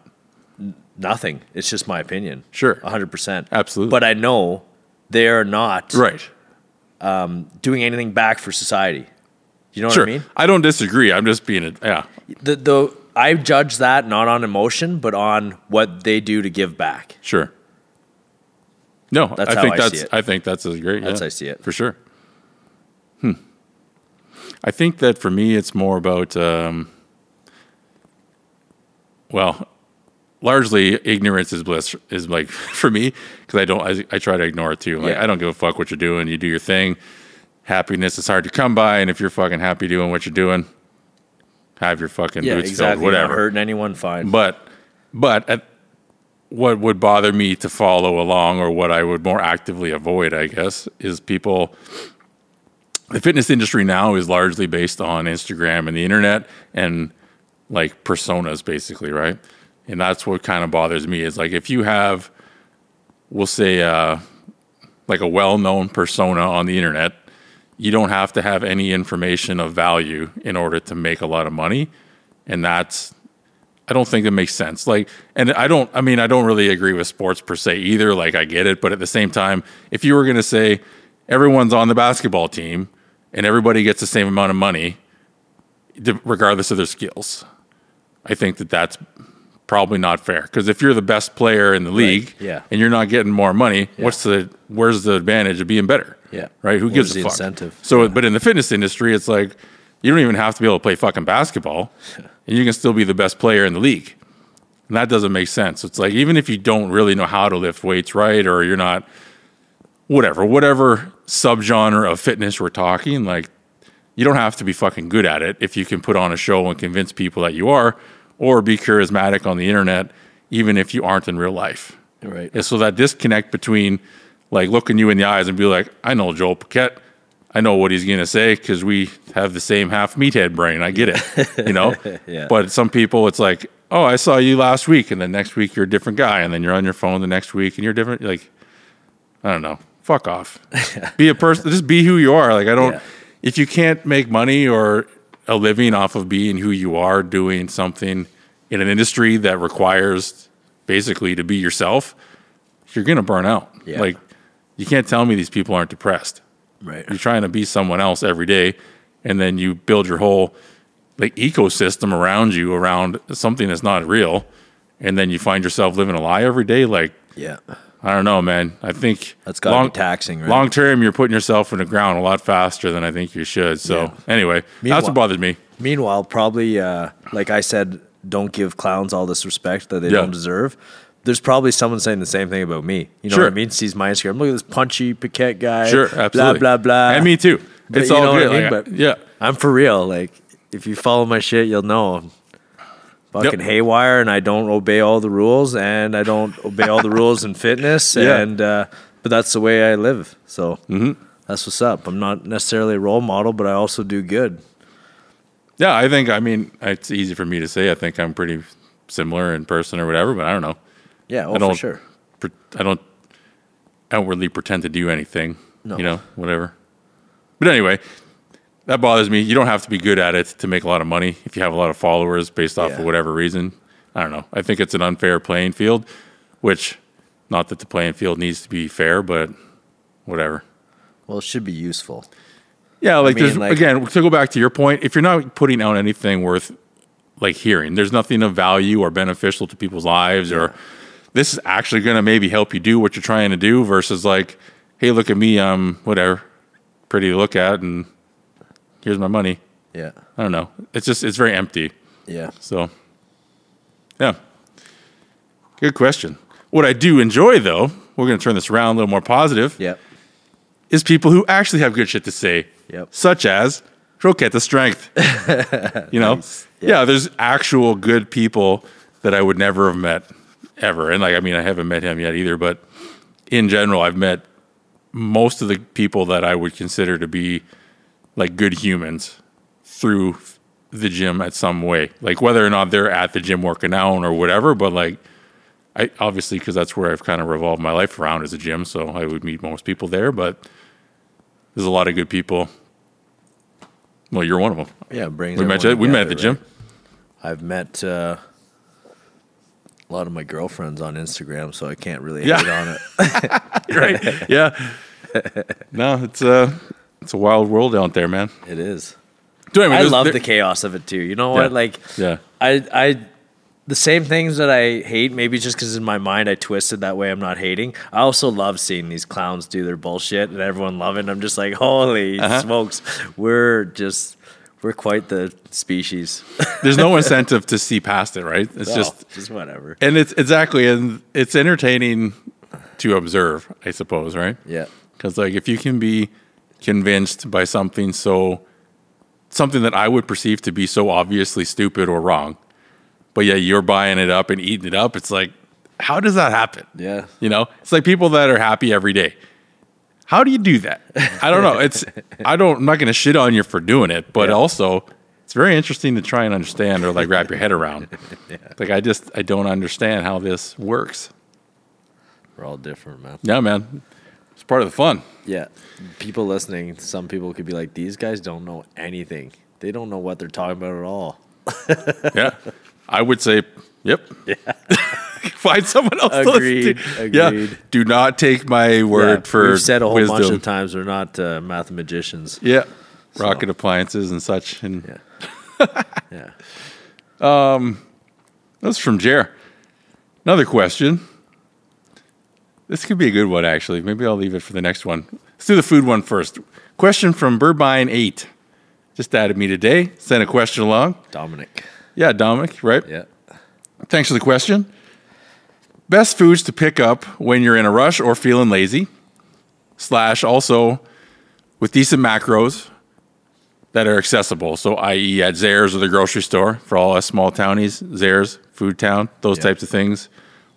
Speaker 2: nothing. It's just my opinion.
Speaker 1: Sure.
Speaker 2: 100%.
Speaker 1: Absolutely.
Speaker 2: But I know they're not
Speaker 1: Right.
Speaker 2: doing anything back for society. You know
Speaker 1: Sure.
Speaker 2: what I mean?
Speaker 1: don't disagree. I'm just being a yeah.
Speaker 2: The the I judge that not on emotion, but on what they do to give back.
Speaker 1: Sure. No,
Speaker 2: That's
Speaker 1: I
Speaker 2: how
Speaker 1: think
Speaker 2: I see
Speaker 1: that's
Speaker 2: it.
Speaker 1: I think that's as great.
Speaker 2: That's
Speaker 1: yeah,
Speaker 2: how I see it.
Speaker 1: for sure. Hmm. I think that for me, it's more about, um, well, largely ignorance is bliss is like (laughs) for me because I don't I, I try to ignore it too. Like
Speaker 2: Yeah.
Speaker 1: I don't give a fuck what you're doing. You do your thing. Happiness is hard to come by, and if you're fucking happy doing what you're doing, have your fucking boots filled,
Speaker 2: Not
Speaker 1: whatever.
Speaker 2: hurting anyone, fine.
Speaker 1: But but at, what would bother me to follow along or what I would more actively avoid, I guess, is people the fitness industry now is largely based on Instagram and the internet and like personas basically, right? And that's what kind of bothers me is like if you have we'll say uh like a well-known persona on the internet, you don't have to have any information of value in order to make a lot of money, and that's I don't think it makes sense. Like, and I don't, I mean, I don't really agree with sports per se either. Like, I get it. But at the same time, if you were going to say everyone's on the basketball team and everybody gets the same amount of money, d- regardless of their skills, I think that that's probably not fair. Because if you're the best player in the league
Speaker 2: yeah.
Speaker 1: and you're not getting more money, what's the, where's the advantage of being better?
Speaker 2: Yeah.
Speaker 1: Right? Who
Speaker 2: Where's
Speaker 1: gives a
Speaker 2: the
Speaker 1: fuck?
Speaker 2: incentive?
Speaker 1: So, but in the fitness industry, it's like you don't even have to be able to play fucking
Speaker 2: (laughs)
Speaker 1: basketball, and you can still be the best player in the league. And that doesn't make sense. It's like even if you don't really know how to lift weights right, or you're not, whatever, whatever subgenre of fitness we're talking, like you don't have to be fucking good at it if you can put on a show and convince people that you are, or be charismatic on the internet, even if you aren't in real life.
Speaker 2: right.
Speaker 1: And so that disconnect between like looking you in the eyes and be like, I know Joel Paquette. I know what he's going to say because we have the same half meathead brain. I get
Speaker 2: (laughs)
Speaker 1: it, you know?
Speaker 2: Yeah.
Speaker 1: But some people, it's like, oh, I saw you last week. And then next week, you're a different guy. And then you're on your phone the next week and you're different. Like, I don't know. Fuck
Speaker 2: (laughs)
Speaker 1: off. be a person. Just be who you are. Like, I don't,
Speaker 2: Yeah.
Speaker 1: if you can't make money or a living off of being who you are, doing something in an industry that requires basically to be yourself, you're going to burn out.
Speaker 2: Yeah.
Speaker 1: Like, you can't tell me these people aren't depressed.
Speaker 2: Right.
Speaker 1: You're trying to be someone else every day, and then you build your whole like ecosystem around you around something that's not real, and then you find yourself living a lie every day. Like,
Speaker 2: Yeah.
Speaker 1: I don't know, man. I think
Speaker 2: That's gotta be taxing, right?
Speaker 1: Long term, you're putting yourself in the ground a lot faster than I think you should. So, anyway, that's
Speaker 2: Meanwhile-
Speaker 1: what bothered me.
Speaker 2: Meanwhile, probably uh, like I said, don't give clowns all this respect that they
Speaker 1: Yeah.
Speaker 2: don't deserve. There's probably someone saying the same thing about me. You know
Speaker 1: Sure.
Speaker 2: what I mean? Sees my Instagram. Look at this punchy Paquette guy.
Speaker 1: Sure, absolutely.
Speaker 2: Blah blah blah.
Speaker 1: And me too.
Speaker 2: But
Speaker 1: it's
Speaker 2: you know
Speaker 1: all
Speaker 2: what I
Speaker 1: good.
Speaker 2: mean?
Speaker 1: Like,
Speaker 2: But-
Speaker 1: yeah.
Speaker 2: I'm for real. Like, if you follow my shit, you'll know I'm fucking
Speaker 1: Yep.
Speaker 2: haywire, and I don't obey all the rules, and I don't obey all the rules in
Speaker 1: (laughs)
Speaker 2: fitness,
Speaker 1: Yeah. Mm-hmm.
Speaker 2: and uh, but that's the way I live. So that's what's up. I'm not necessarily a role model, but I also do good.
Speaker 1: Yeah, I think I mean it's easy for me to say. I think I'm pretty similar in person or whatever, but I don't know.
Speaker 2: Yeah, oh,
Speaker 1: I don't
Speaker 2: for sure.
Speaker 1: pre- I don't outwardly pretend to do anything.
Speaker 2: No.
Speaker 1: You know, whatever. But anyway, that bothers me. You don't have to be good at it to make a lot of money if you have a lot of followers based off
Speaker 2: Yeah.
Speaker 1: of whatever reason. I don't know. I think it's an unfair playing field, which not that the playing field needs to be fair, but whatever.
Speaker 2: Well, it should be useful.
Speaker 1: Yeah, like
Speaker 2: mean,
Speaker 1: there's
Speaker 2: like-
Speaker 1: again to go back to your point, if you're not putting out anything worth like hearing, there's nothing of value or beneficial to people's lives, or this is actually going to maybe help you do what you're trying to do, versus like, hey, look at me, I'm whatever, pretty to look at, and here's my money.
Speaker 2: Yeah,
Speaker 1: I don't know. It's just it's very empty.
Speaker 2: yeah.
Speaker 1: So, yeah. Good question. What I do enjoy though, we're going to turn this around a little more positive
Speaker 2: Yep.
Speaker 1: is people who actually have good shit to say,
Speaker 2: Yep.
Speaker 1: such as Croquette the Strength. you know, yeah, there's actual good people that I would never have met ever. And like, I mean, I haven't met him yet either, but in general, I've met most of the people that I would consider to be like good humans through the gym at some way, like whether or not they're at the gym working out or whatever, but like, I obviously because that's where I've kind of revolved my life around is a gym, so I would meet most people there. But there's a lot of good people. Well, you're one of them.
Speaker 2: Yeah, it brings
Speaker 1: We met.
Speaker 2: everyone
Speaker 1: we met at the
Speaker 2: together,
Speaker 1: gym.
Speaker 2: right? I've met uh, a lot of my girlfriends on Instagram, so I can't really
Speaker 1: Yeah.
Speaker 2: hate on
Speaker 1: (laughs)
Speaker 2: it.
Speaker 1: right?
Speaker 2: (laughs)
Speaker 1: Yeah. No, it's a it's a wild world out there, man.
Speaker 2: It is.
Speaker 1: So anyway,
Speaker 2: I
Speaker 1: there's-
Speaker 2: love
Speaker 1: there-
Speaker 2: the chaos of it too. You know what?
Speaker 1: Yeah.
Speaker 2: Like,
Speaker 1: Yeah.
Speaker 2: I I the same things that I hate, maybe just because in my mind I twisted that way, I'm not hating. I also love seeing these clowns do their bullshit and everyone loving. I'm just like, holy
Speaker 1: Uh-huh.
Speaker 2: smokes, we're just we're quite the species.
Speaker 1: There's
Speaker 2: (laughs)
Speaker 1: no incentive to see past it, right? It's just
Speaker 2: just whatever.
Speaker 1: and it's exactly and it's entertaining to observe, I suppose, right?
Speaker 2: Yeah,
Speaker 1: Because like if you can be convinced by something so something that I would perceive to be so obviously stupid or wrong, but yeah, you're buying it up and eating it up, it's like how does that happen?
Speaker 2: yeah.
Speaker 1: You know, it's like people that are happy every day. How do you do that? I don't know. It's I don't I'm not going to shit on you for doing it, but
Speaker 2: Yeah.
Speaker 1: also it's very interesting to try and understand or like wrap your head
Speaker 2: (laughs)
Speaker 1: around. Like I just I don't understand how this works.
Speaker 2: We're all different, man.
Speaker 1: Yeah, man. It's part of the fun.
Speaker 2: Yeah, people listening. Some people could be like, these guys don't know anything. They don't know what they're talking about at all.
Speaker 1: Yeah. I would say yep. (laughs) Find someone else
Speaker 2: Agreed,
Speaker 1: to listen to. Yeah.
Speaker 2: agreed.
Speaker 1: Do not take my word
Speaker 2: Yeah,
Speaker 1: for
Speaker 2: we've said a whole
Speaker 1: wisdom.
Speaker 2: bunch of times we're not uh, mathematicians.
Speaker 1: Yeah. Rocket appliances and such and
Speaker 2: Yeah. yeah.
Speaker 1: That's from Jer. Another question. This could be a good one, actually. Maybe I'll leave it for the next one. Let's do the food one first. Question from Burbine8. Just added me today. Sent a question along.
Speaker 2: Dominic.
Speaker 1: Yeah, Dominic, right?
Speaker 2: Yeah.
Speaker 1: Thanks for the question. Best foods to pick up when you're in a rush or feeling lazy, slash, also with decent macros that are accessible. So, i.e., at Zares or the grocery store for all us small townies, Zares, Food Town, those
Speaker 2: Yeah.
Speaker 1: types of things,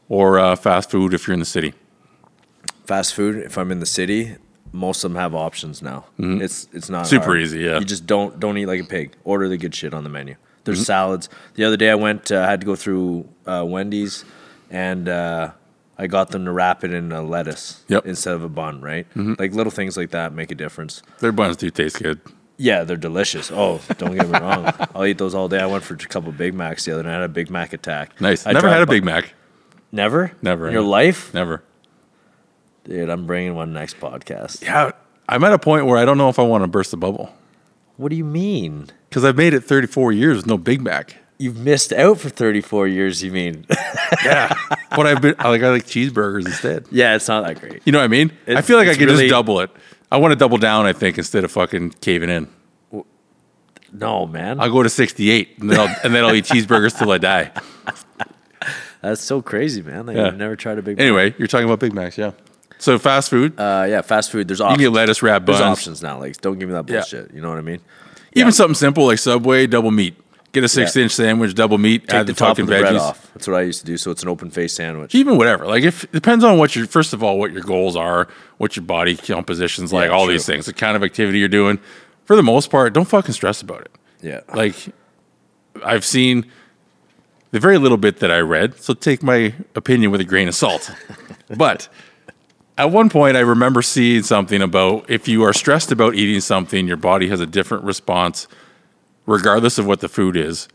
Speaker 1: or uh, fast food if you're in the city.
Speaker 2: Fast food, if I'm in the city, most of them have options now. It's it's not
Speaker 1: Mm-hmm. Super
Speaker 2: hard.
Speaker 1: easy, yeah.
Speaker 2: You just don't don't eat like a pig. Order the good shit on the menu. There's
Speaker 1: Mm-hmm.
Speaker 2: salads. The other day I went uh, I had to go through uh, Wendy's and uh, I got them to wrap it in a lettuce
Speaker 1: Yep. Mm-hmm.
Speaker 2: instead of a bun, right? Like little things like that make a difference.
Speaker 1: Their buns do taste good.
Speaker 2: Yeah, they're delicious. Oh, don't get me
Speaker 1: (laughs)
Speaker 2: wrong. I'll eat those all day. I went for a couple Big Macs the other night. I had a Big Mac attack.
Speaker 1: Nice.
Speaker 2: I
Speaker 1: Never
Speaker 2: tried
Speaker 1: had a
Speaker 2: bu-
Speaker 1: Big Mac.
Speaker 2: Never?
Speaker 1: Never.
Speaker 2: In your life?
Speaker 1: Never.
Speaker 2: Dude, I'm bringing one next podcast.
Speaker 1: Yeah, I'm at a point where I don't know if I want to burst the bubble
Speaker 2: What do you mean?
Speaker 1: because I've made it 34 years with no Big Mac.
Speaker 2: You've missed out for 34 years, you mean? (laughs)
Speaker 1: (laughs) Yeah, but I've been I like I like cheeseburgers instead.
Speaker 2: yeah, it's not that great.
Speaker 1: You know what I mean? I
Speaker 2: It's-
Speaker 1: feel like I
Speaker 2: it's
Speaker 1: could
Speaker 2: really-
Speaker 1: just double it. I want to double down, I think, instead of fucking caving in.
Speaker 2: No, man.
Speaker 1: I'll go to 68 and then I'll, and then I'll eat cheeseburgers till I die.
Speaker 2: That's so crazy, man. Like,
Speaker 1: Yeah.
Speaker 2: I've never tried a Big
Speaker 1: Anyway, you're talking about Big Macs, yeah. So fast food,
Speaker 2: Uh, yeah, fast food. There's
Speaker 1: you
Speaker 2: options.
Speaker 1: can get lettuce wrap
Speaker 2: There's
Speaker 1: buns.
Speaker 2: options now. Like, don't give me that
Speaker 1: Yeah.
Speaker 2: bullshit. You know what I mean?
Speaker 1: Even
Speaker 2: Yeah.
Speaker 1: something simple like Subway, double meat. Get a six inch sandwich, double meat,
Speaker 2: Take
Speaker 1: add
Speaker 2: the,
Speaker 1: the,
Speaker 2: top
Speaker 1: fucking
Speaker 2: of the bread
Speaker 1: veggies.
Speaker 2: off. That's what I used to do. So it's an open face sandwich.
Speaker 1: Even whatever. Like if it depends on what your first of all, what your goals are, what your body composition's like, all
Speaker 2: true.
Speaker 1: these things, the kind of activity you're doing. For the most part, don't fucking stress about it.
Speaker 2: Yeah.
Speaker 1: like I've seen the very little bit that I read, so take my opinion with a grain of salt. but at one point, I remember seeing something about if you are stressed about eating something, your body has a different response, regardless of what the food is,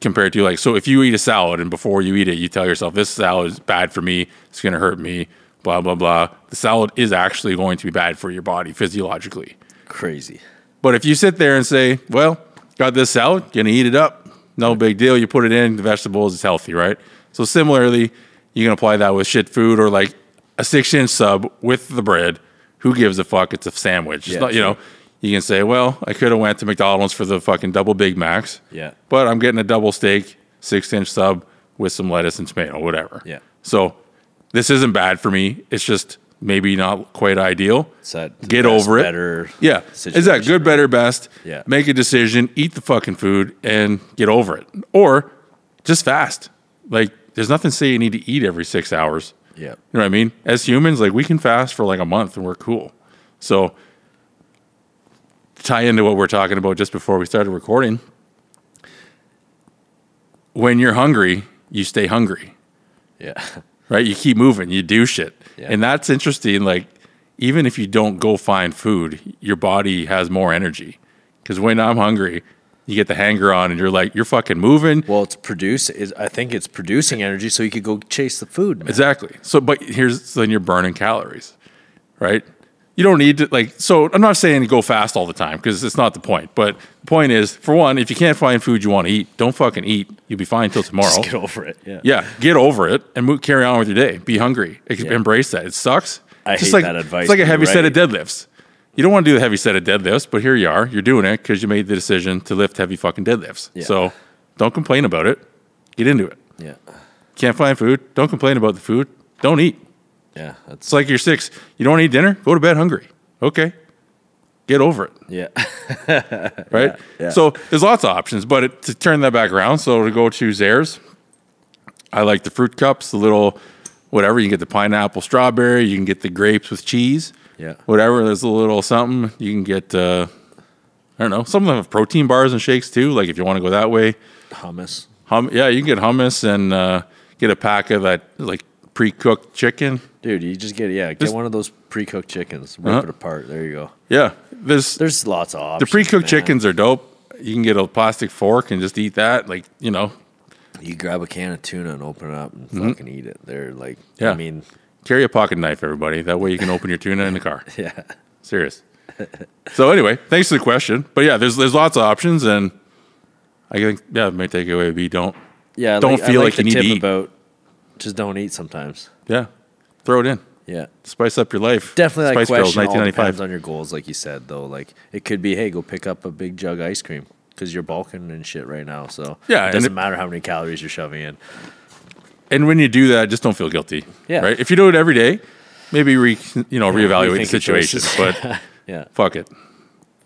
Speaker 1: compared to like, so if you eat a salad and before you eat it, you tell yourself, this salad is bad for me, it's going to hurt me, blah, blah, blah. The salad is actually going to be bad for your body physiologically.
Speaker 2: Crazy.
Speaker 1: But if you sit there and say, "Well, got this salad, gonna eat it up, no big deal," you put it in the vegetables, it's healthy, right? So similarly, you can apply that with shit food or like a six-inch sub with the bread. Who gives a fuck? It's a sandwich. It's
Speaker 2: Yeah,
Speaker 1: not, you
Speaker 2: true.
Speaker 1: know. You can say, "Well, I could have went to McDonald's for the fucking double Big Macs."
Speaker 2: Yeah.
Speaker 1: But I'm getting a double steak, six-inch sub with some lettuce and tomato, whatever.
Speaker 2: Yeah.
Speaker 1: So this isn't bad for me. It's just maybe not quite ideal.
Speaker 2: It's that
Speaker 1: Get
Speaker 2: best,
Speaker 1: over it.
Speaker 2: Better.
Speaker 1: Yeah. Is that
Speaker 2: situation.
Speaker 1: good, better, best?
Speaker 2: Yeah.
Speaker 1: Make a decision, eat the fucking food, and get over it. Or just fast. Like, there's nothing to say you need to eat every six hours.
Speaker 2: Yeah.
Speaker 1: You know what I mean? As humans, like, we can fast for like a month and we're cool. So, to tie into what we're talking about just before we started recording, when you're hungry, you stay hungry
Speaker 2: Yeah. (laughs)
Speaker 1: right? You keep moving, you do shit.
Speaker 2: Yeah.
Speaker 1: And that's interesting. Like, even if you don't go find food, your body has more energy. Because when I'm hungry, you get the hanger on and you're like, you're fucking moving.
Speaker 2: Well, it's produce. Is I think it's producing energy, so you could go chase the food. man.
Speaker 1: Exactly. So, but here's, so then you're burning calories, right? you don't need to like so i'm not saying go fast all the time because it's not the point but the point is for one if you can't find food you want to eat don't fucking eat you'll be fine till tomorrow
Speaker 2: Just get over it. Yeah.
Speaker 1: yeah get over it and move, carry on with your day be hungry Ex- embrace that it sucks
Speaker 2: I
Speaker 1: Just
Speaker 2: hate
Speaker 1: like,
Speaker 2: that advice,
Speaker 1: it's like a
Speaker 2: but
Speaker 1: heavy
Speaker 2: you're
Speaker 1: set of deadlifts you don't want to do the heavy set of deadlifts but here you are you're doing it because you made the decision to lift heavy fucking deadlifts
Speaker 2: Yeah.
Speaker 1: so don't complain about it get into it
Speaker 2: Yeah.
Speaker 1: can't find food don't complain about the food don't eat
Speaker 2: Yeah. That's
Speaker 1: it's like you're six. You don't eat dinner? Go to bed hungry. Okay. Get over it.
Speaker 2: yeah. (laughs)
Speaker 1: Right.
Speaker 2: yeah.
Speaker 1: So there's lots of options, but it, to turn that back around, so to go to Zares, I like the fruit cups, the little whatever. You can get the pineapple, strawberry. You can get the grapes with cheese.
Speaker 2: Yeah.
Speaker 1: Whatever. There's a little something. You can get, uh, I don't know, some of them have protein bars and shakes too. Like if you want to go that way.
Speaker 2: Hummus.
Speaker 1: Hum- yeah, you can get hummus and uh, get a pack of that like pre cooked chicken.
Speaker 2: Dude, you just get yeah, get one of those pre-cooked chickens, rip
Speaker 1: Uh-huh.
Speaker 2: it apart. There you go.
Speaker 1: Yeah. There's
Speaker 2: There's lots of
Speaker 1: The
Speaker 2: options.
Speaker 1: pre-cooked
Speaker 2: man.
Speaker 1: chickens are dope. You can get a plastic fork and just eat that. Like you know,
Speaker 2: You grab a can of tuna and open it up and fucking eat it. They're like,
Speaker 1: Mm-hmm. Yeah.
Speaker 2: I mean, (laughs)
Speaker 1: carry a pocket knife, everybody. That way you can open your tuna in the car.
Speaker 2: yeah,
Speaker 1: Serious. So anyway, thanks for the question. But yeah, there's there's lots of options, and I think yeah, my takeaway would be don't
Speaker 2: yeah. I
Speaker 1: Don't
Speaker 2: like- I
Speaker 1: feel
Speaker 2: like
Speaker 1: like you
Speaker 2: the
Speaker 1: need to
Speaker 2: tip
Speaker 1: eat.
Speaker 2: about just don't eat sometimes.
Speaker 1: yeah, throw it in,
Speaker 2: Yeah,
Speaker 1: spice up your life.
Speaker 2: definitely.
Speaker 1: Spice
Speaker 2: Like question all depends
Speaker 1: 1995.
Speaker 2: on your goals, like you said though. Like it could be, hey, go pick up a big jug ice cream because you're bulking and shit right now. So
Speaker 1: Yeah,
Speaker 2: it
Speaker 1: and
Speaker 2: doesn't
Speaker 1: it-
Speaker 2: matter how many calories you're shoving in.
Speaker 1: and when you do that, just don't feel guilty.
Speaker 2: Yeah.
Speaker 1: Right. If you do it every day, maybe re you know reevaluate the
Speaker 2: rethink your
Speaker 1: situation.
Speaker 2: choices.
Speaker 1: But
Speaker 2: (laughs) Yeah,
Speaker 1: fuck it,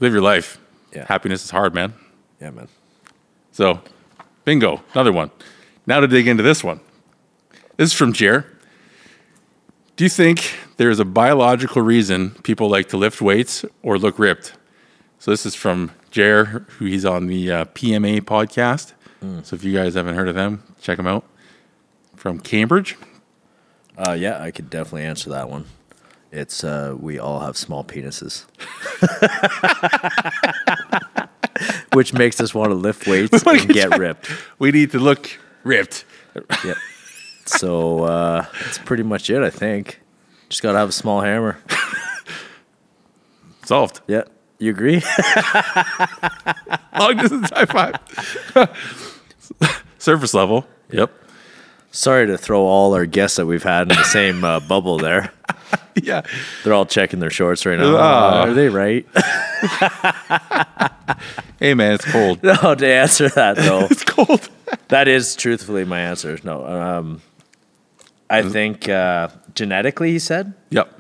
Speaker 1: live your life.
Speaker 2: Yeah.
Speaker 1: Happiness is hard, man.
Speaker 2: yeah, man.
Speaker 1: So, bingo, another one. Now to dig into this one. This is from Jer. Do you think there is a biological reason people like to lift weights or look ripped? So this is from Jer, who he's on the uh, PMA podcast. So if you guys haven't heard of them, check them out. From Cambridge.
Speaker 2: Uh, yeah, I could definitely answer that one. It's uh, we all have small penises, (laughs) which makes us want to lift weights
Speaker 1: wanna
Speaker 2: and
Speaker 1: get
Speaker 2: get ripped.
Speaker 1: We need to look ripped.
Speaker 2: Yep. So uh, that's pretty much it, I think. Just gotta have a small hammer.
Speaker 1: (laughs) Solved.
Speaker 2: Yeah, you agree? (laughs)
Speaker 1: Long distance Oh, high five. (laughs) Surface level. Yep. (laughs)
Speaker 2: Sorry to throw all our guests that we've had in the same uh, bubble there.
Speaker 1: Yeah.
Speaker 2: They're all checking their shorts right now.
Speaker 1: Ah.
Speaker 2: are they right? (laughs)
Speaker 1: Hey man, it's cold.
Speaker 2: no, to answer that though.
Speaker 1: (laughs) it's cold.
Speaker 2: That is truthfully my answer. No, um, I think uh, genetically, he said
Speaker 1: Yep.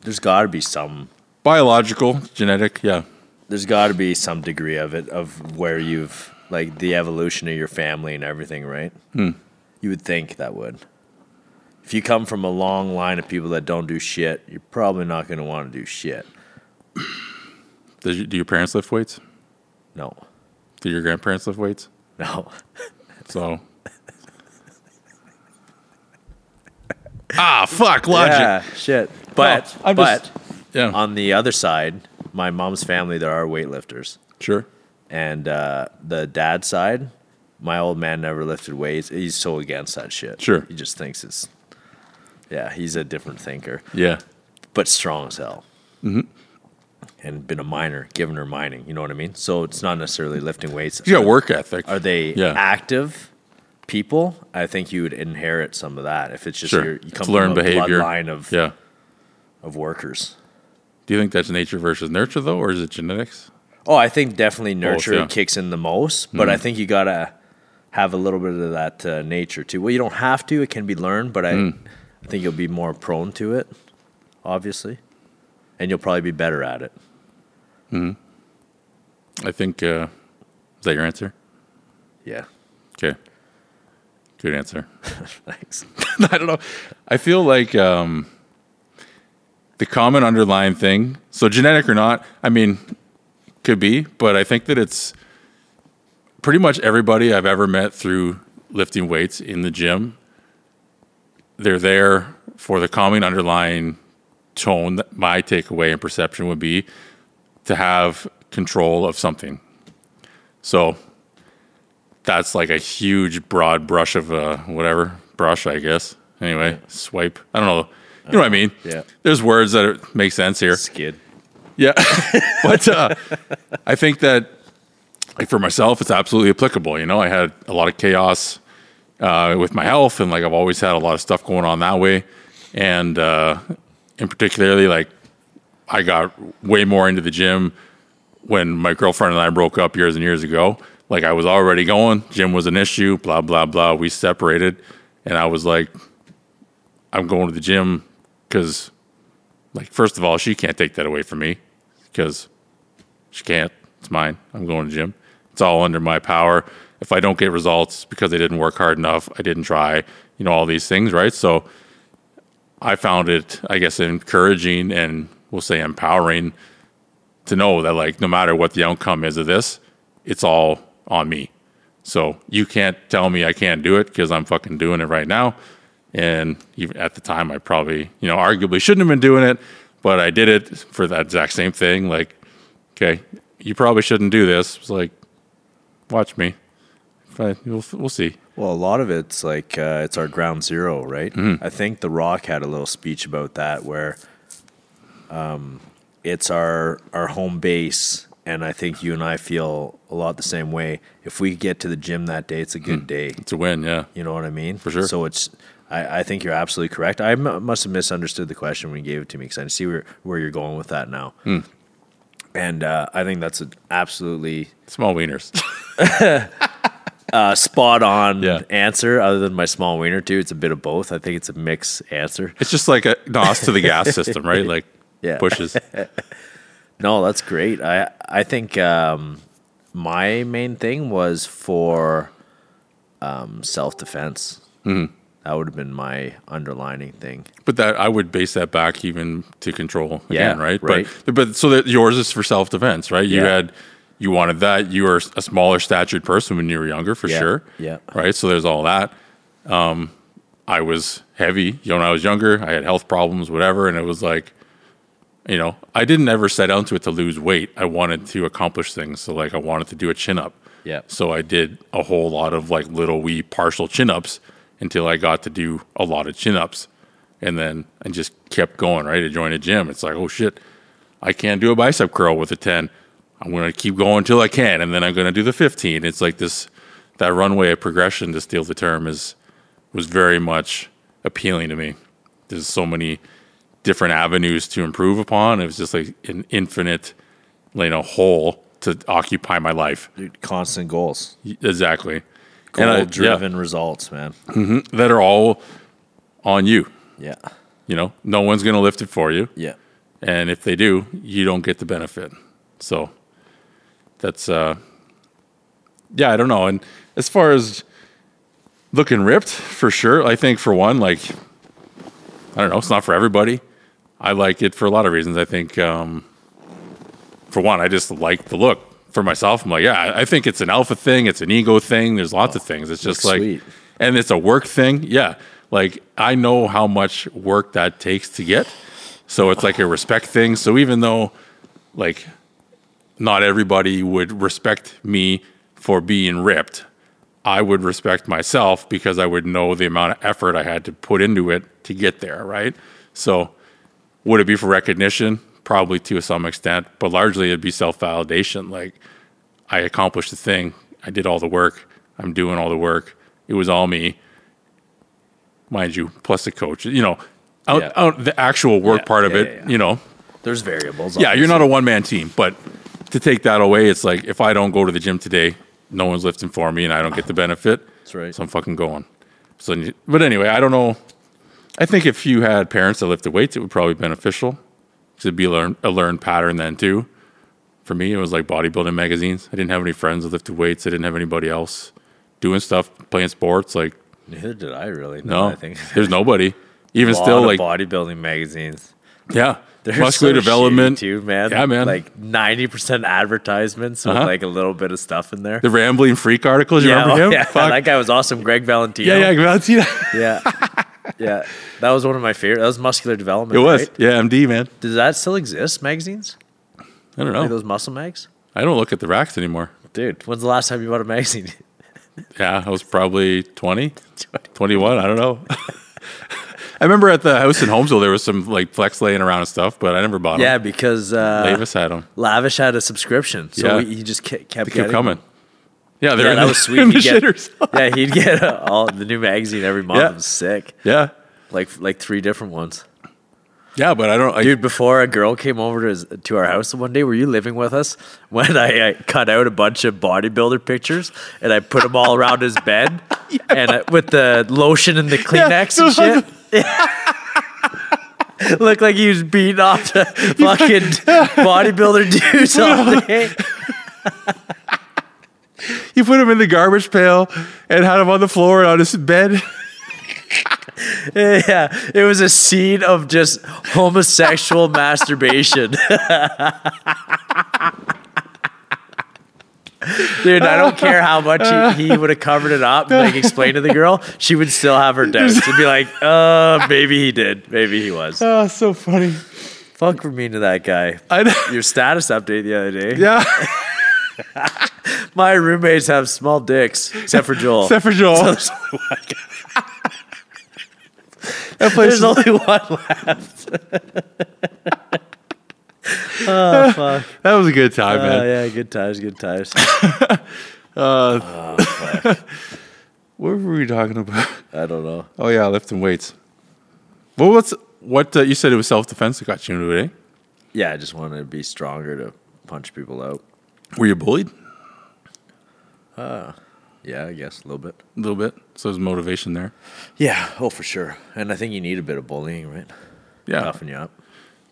Speaker 2: there's got to be some.
Speaker 1: biological, genetic, yeah,
Speaker 2: There's got to be some degree of it of where you've like the evolution of your family and everything, right?
Speaker 1: Hmm.
Speaker 2: You would think that would. If you come from a long line of people that don't do shit, you're probably not going to want to do shit.
Speaker 1: Does you, do your parents lift weights?
Speaker 2: No, (laughs)
Speaker 1: Do your grandparents lift weights?
Speaker 2: no.
Speaker 1: So. ah, fuck logic.
Speaker 2: Yeah, shit. But
Speaker 1: I'm
Speaker 2: but
Speaker 1: just- Yeah,
Speaker 2: on the other side, my mom's family there are weightlifters.
Speaker 1: sure.
Speaker 2: and uh, the dad side, my old man never lifted weights. He's so against that shit.
Speaker 1: Sure.
Speaker 2: he just thinks it's yeah. He's a different thinker,
Speaker 1: Yeah,
Speaker 2: but strong as hell. Mm-hmm. And been a miner, given her mining. You know what I mean? So it's not necessarily lifting weights.
Speaker 1: you got work ethic.
Speaker 2: Are they
Speaker 1: Yeah.
Speaker 2: active people? I think you would inherit some of that if it's just
Speaker 1: Sure.
Speaker 2: your, you
Speaker 1: It's
Speaker 2: come
Speaker 1: learned
Speaker 2: from a
Speaker 1: behavior.
Speaker 2: bloodline of
Speaker 1: yeah.
Speaker 2: of workers.
Speaker 1: Do you think that's nature versus nurture though, or is it genetics?
Speaker 2: Oh, I think definitely nurture
Speaker 1: yeah.
Speaker 2: kicks in the most, but I think you gotta have a little bit of that uh, nature too. Well, you don't have to; it can be learned, but I, I think you'll be more prone to it, obviously, and you'll probably be better at it.
Speaker 1: I think uh, is that your answer?
Speaker 2: Yeah, (laughs)
Speaker 1: Okay, good answer. (laughs)
Speaker 2: thanks.
Speaker 1: I don't know. I feel like um, the common underlying thing, so genetic or not, I mean, could be, but I think that it's pretty much everybody I've ever met through lifting weights in the gym. They're there for the common underlying tone that my takeaway and perception would be to have control of something. So that's like a huge broad brush of a whatever brush, I guess. Anyway, swipe. I don't know. You know what I mean?
Speaker 2: Yeah.
Speaker 1: There's words that are, make sense here.
Speaker 2: Skid.
Speaker 1: Yeah. (laughs) but uh, I think that like for myself, it's absolutely applicable. You know, I had a lot of chaos uh, with my health, and like I've always had a lot of stuff going on that way. And uh, in particularly, like I got way more into the gym when my girlfriend and I broke up years and years ago. Like I was already going, gym was an issue, blah blah blah. We separated, and I was like, I'm going to the gym because like first of all she can't take that away from me because she can't it's mine i'm going to gym it's all under my power if i don't get results it's because i didn't work hard enough i didn't try you know all these things right so i found it i guess encouraging and we'll say empowering to know that like no matter what the outcome is of this it's all on me so you can't tell me i can't do it because i'm fucking doing it right now and even at the time, I probably, you know, arguably shouldn't have been doing it, but I did it for that exact same thing. Like, okay, you probably shouldn't do this. It's like, watch me. If I, we'll, we'll see.
Speaker 2: Well, a lot of it's like uh, it's our ground zero, right? I think The Rock had a little speech about that where um, it's our our home base, and I think you and I feel a lot the same way. If we get to the gym that day, it's a good day.
Speaker 1: It's a win. Yeah.
Speaker 2: You know what I mean? For
Speaker 1: sure.
Speaker 2: So it's. I, I think you're absolutely correct. I m- must have misunderstood the question when you gave it to me because I see where where you're going with that now. And uh, I think that's an absolutely
Speaker 1: Small wieners.
Speaker 2: a spot on
Speaker 1: Yeah.
Speaker 2: answer other than my small wiener too. It's a bit of both. I think it's a mix answer.
Speaker 1: it's just like a (laughs) nos to the gas system, right? Like,
Speaker 2: Yeah.
Speaker 1: pushes.
Speaker 2: No, that's great. I I think um, my main thing was for um, self defense.
Speaker 1: Mm-hmm.
Speaker 2: That would have been my underlining thing.
Speaker 1: But that I would base that back even to control
Speaker 2: Yeah,
Speaker 1: again, right?
Speaker 2: right.
Speaker 1: But but so that yours is for self defense, right? You
Speaker 2: Yeah.
Speaker 1: had you wanted that. You were a smaller statured person when you were younger, for
Speaker 2: Yeah,
Speaker 1: sure.
Speaker 2: yeah.
Speaker 1: Right. So there's all that. Um, I was heavy. You know, when I was younger, I had health problems, whatever, and it was like, you know, I didn't ever set out to it to lose weight. I wanted to accomplish things. So like, I wanted to do a chin up.
Speaker 2: Yeah.
Speaker 1: So I did a whole lot of like little wee partial chin ups until I got to do a lot of chin ups. And then I just kept going, right? I joined a gym. It's like, oh shit, I can't do a bicep curl with a 10. I'm going to keep going until I can. And then I'm going to do the 15. It's like this, that runway of progression, to steal the term, is, was very much appealing to me. There's so many different avenues to improve upon. It was just like an infinite, you know, hole to occupy my life.
Speaker 2: Dude, constant goals,
Speaker 1: Exactly.
Speaker 2: goal
Speaker 1: And I- yeah,
Speaker 2: driven results, man.
Speaker 1: that are all on you.
Speaker 2: Yeah,
Speaker 1: You know, no one's going to lift it for you,
Speaker 2: yeah.
Speaker 1: and if they do, you don't get the benefit. So that's uh, yeah, I don't know. And as far as looking ripped, for sure, I think for one, like I don't know, it's not for everybody. I like it for a lot of reasons. I think um, for one, I just like the look. For myself, I'm like, yeah, I- I think it's an alpha thing, it's an ego thing. There's lots of things. It's just
Speaker 2: looks
Speaker 1: like,
Speaker 2: sweet.
Speaker 1: and it's a work thing. Yeah, like I know how much work that takes to get, so it's like a respect thing. So even though, like, not everybody would respect me for being ripped. I would respect myself because I would know the amount of effort I had to put into it to get there, right? So, would it be for recognition? Probably to some extent, but largely it'd be self validation. Like, I accomplished the thing, I did all the work, I'm doing all the work, it was all me, mind you, plus the coach, you know, out,
Speaker 2: Yeah.
Speaker 1: out the actual work
Speaker 2: Yeah,
Speaker 1: part of
Speaker 2: yeah,
Speaker 1: it,
Speaker 2: yeah, yeah.
Speaker 1: you know,
Speaker 2: There's variables.
Speaker 1: yeah, you're not a one man team, but to take that away, it's like if I don't go to the gym today, no one's lifting for me, and I don't get the benefit. That's
Speaker 2: right.
Speaker 1: So I'm fucking going. So, then you- but anyway, I don't know. I think if you had parents that lifted weights, it would probably be beneficial. 'cause It'd be a learn, a learned pattern then too. For me, it was like bodybuilding magazines. I didn't have any friends that lifted weights. I didn't have anybody else doing stuff, playing sports. Like
Speaker 2: Neither did I really.
Speaker 1: no,
Speaker 2: I think (laughs)
Speaker 1: there's nobody. Even
Speaker 2: lot
Speaker 1: still,
Speaker 2: of
Speaker 1: like
Speaker 2: bodybuilding magazines.
Speaker 1: yeah,
Speaker 2: They're
Speaker 1: muscular
Speaker 2: so shitty
Speaker 1: development.
Speaker 2: too, man.
Speaker 1: Yeah, man.
Speaker 2: Like ninety percent advertisements with
Speaker 1: Uh-huh.
Speaker 2: like a little bit of stuff in there.
Speaker 1: the rambling freak articles. You
Speaker 2: yeah,
Speaker 1: remember
Speaker 2: oh,
Speaker 1: him?
Speaker 2: yeah.
Speaker 1: Fuck.
Speaker 2: that guy was awesome. Greg Valentino.
Speaker 1: Yeah, yeah, Valentina.
Speaker 2: (laughs) yeah,
Speaker 1: (laughs)
Speaker 2: yeah. That was one of my favorite. That was muscular
Speaker 1: It
Speaker 2: development.
Speaker 1: was.
Speaker 2: Right?
Speaker 1: Yeah, MD, man.
Speaker 2: Does that still exist? Magazines?
Speaker 1: I don't
Speaker 2: Like
Speaker 1: know.
Speaker 2: those muscle mags?
Speaker 1: I don't look at the racks anymore.
Speaker 2: Dude, when's the last time you bought a magazine? (laughs) (laughs)
Speaker 1: Yeah, I was probably 20, 21. I don't know. I remember at the house in Holmesville there was some like flex laying around and stuff, but I never bought
Speaker 2: Yeah,
Speaker 1: them.
Speaker 2: because uh,
Speaker 1: Lavis had them.
Speaker 2: Lavish had a subscription,
Speaker 1: Yeah.
Speaker 2: so we, he just ke- kept
Speaker 1: Keep
Speaker 2: getting
Speaker 1: coming. Yeah, they're
Speaker 2: Yeah,
Speaker 1: in
Speaker 2: that
Speaker 1: the- (laughs)
Speaker 2: was sweet.
Speaker 1: in the
Speaker 2: He'd get-
Speaker 1: shitters. (laughs)
Speaker 2: yeah, he'd get uh, all the new magazine every month.
Speaker 1: Yeah.
Speaker 2: It was sick.
Speaker 1: yeah,
Speaker 2: Like like three different ones.
Speaker 1: yeah, but I don't. I,
Speaker 2: Dude, before a girl came over to, his, to our house one day, were you living with us (laughs) when I, I cut out a bunch of bodybuilder pictures and I put them all around his bed and I, with the lotion and the Kleenex
Speaker 1: it
Speaker 2: and
Speaker 1: was
Speaker 2: shit? Yeah. (laughs) Looked like he was beating off to fucking (laughs) bodybuilder dudes all day.
Speaker 1: you put them in the garbage pail and had them on the floor and on his
Speaker 2: (laughs)
Speaker 1: bed.
Speaker 2: Yeah, it was a scene of just homosexual (laughs) masturbation. (laughs) Dude, I don't care how much he, he would have covered it up and like explained to the girl, she would still have her doubts and be like, uh, maybe he did. Maybe he was.
Speaker 1: Oh, so funny.
Speaker 2: Fuck for mean to that guy.
Speaker 1: I know.
Speaker 2: Your status update the other day. (laughs)
Speaker 1: Yeah,
Speaker 2: My roommates have small dicks, except for Joel.
Speaker 1: except for Joel.
Speaker 2: there's
Speaker 1: that place
Speaker 2: There's only one left. oh, fuck.
Speaker 1: (laughs) that was a good time, man.
Speaker 2: Oh yeah, good times, good times.
Speaker 1: What were we talking about?
Speaker 2: I don't know.
Speaker 1: Oh yeah, lifting weights. Well, what's what uh, you said? It was self defense that got you into it. Eh?
Speaker 2: Yeah, I just wanted to be stronger to punch people out.
Speaker 1: Were you bullied a
Speaker 2: Yeah, I guess a little bit.
Speaker 1: little bit? So there's motivation there.
Speaker 2: Yeah, oh for sure. And I think you need a bit of bullying, right?
Speaker 1: Yeah,
Speaker 2: Toughen you up.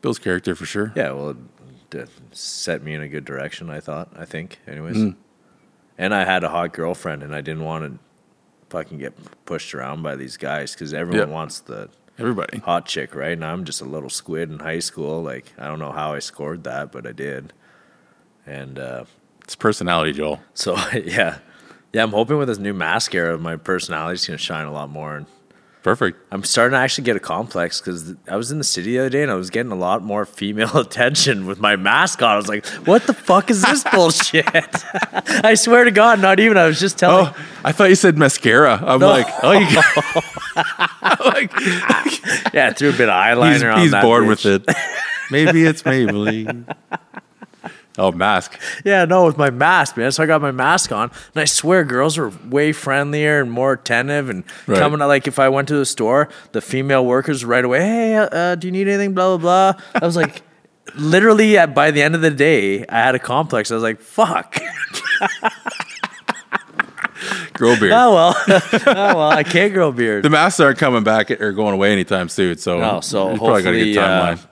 Speaker 1: Bill's character for sure.
Speaker 2: Yeah, well, it did set me in a good direction. I thought. I think, anyways. And I had a hot girlfriend, and I didn't want to fucking get pushed around by these guys because everyone
Speaker 1: Yeah.
Speaker 2: wants the
Speaker 1: Everybody.
Speaker 2: hot chick, right? And I'm just a little squid in high school. Like I don't know how I scored that, but I did. And uh, (laughs)
Speaker 1: It's personality, Joel.
Speaker 2: So (laughs) yeah, yeah. I'm hoping with this new mascara, my personality's gonna shine a lot more. And
Speaker 1: Perfect.
Speaker 2: I'm starting to actually get a complex because I was in the city the other day and I was getting a lot more female (laughs) attention with my mask on. I was like, "What the fuck is
Speaker 1: (laughs)
Speaker 2: this bullshit?" (laughs) I swear to God, not even. I was just telling.
Speaker 1: Oh, I thought you said mascara. I'm like, oh, (laughs) you like
Speaker 2: Yeah, I threw a bit of eyeliner
Speaker 1: he's,
Speaker 2: on.
Speaker 1: he's
Speaker 2: that
Speaker 1: bored
Speaker 2: bitch.
Speaker 1: with (laughs) it. Maybe it's Maybelline. oh, mask.
Speaker 2: Yeah, no, with my mask, man. So I got my mask on, and I swear, girls were way friendlier and more attentive, and
Speaker 1: Right.
Speaker 2: coming out. Like if I went to the store, the female workers right away, hey, uh, do you need anything? Blah blah blah. I
Speaker 1: (laughs)
Speaker 2: was like, literally, at, by the end of the day, I had a complex. I was like, fuck.
Speaker 1: Grow beard.
Speaker 2: (laughs) Oh well, oh well, I can't grow a beard.
Speaker 1: The masks aren't coming back or going away anytime soon. So,
Speaker 2: No, so
Speaker 1: you probably got a good
Speaker 2: hopefully, uh,
Speaker 1: timeline.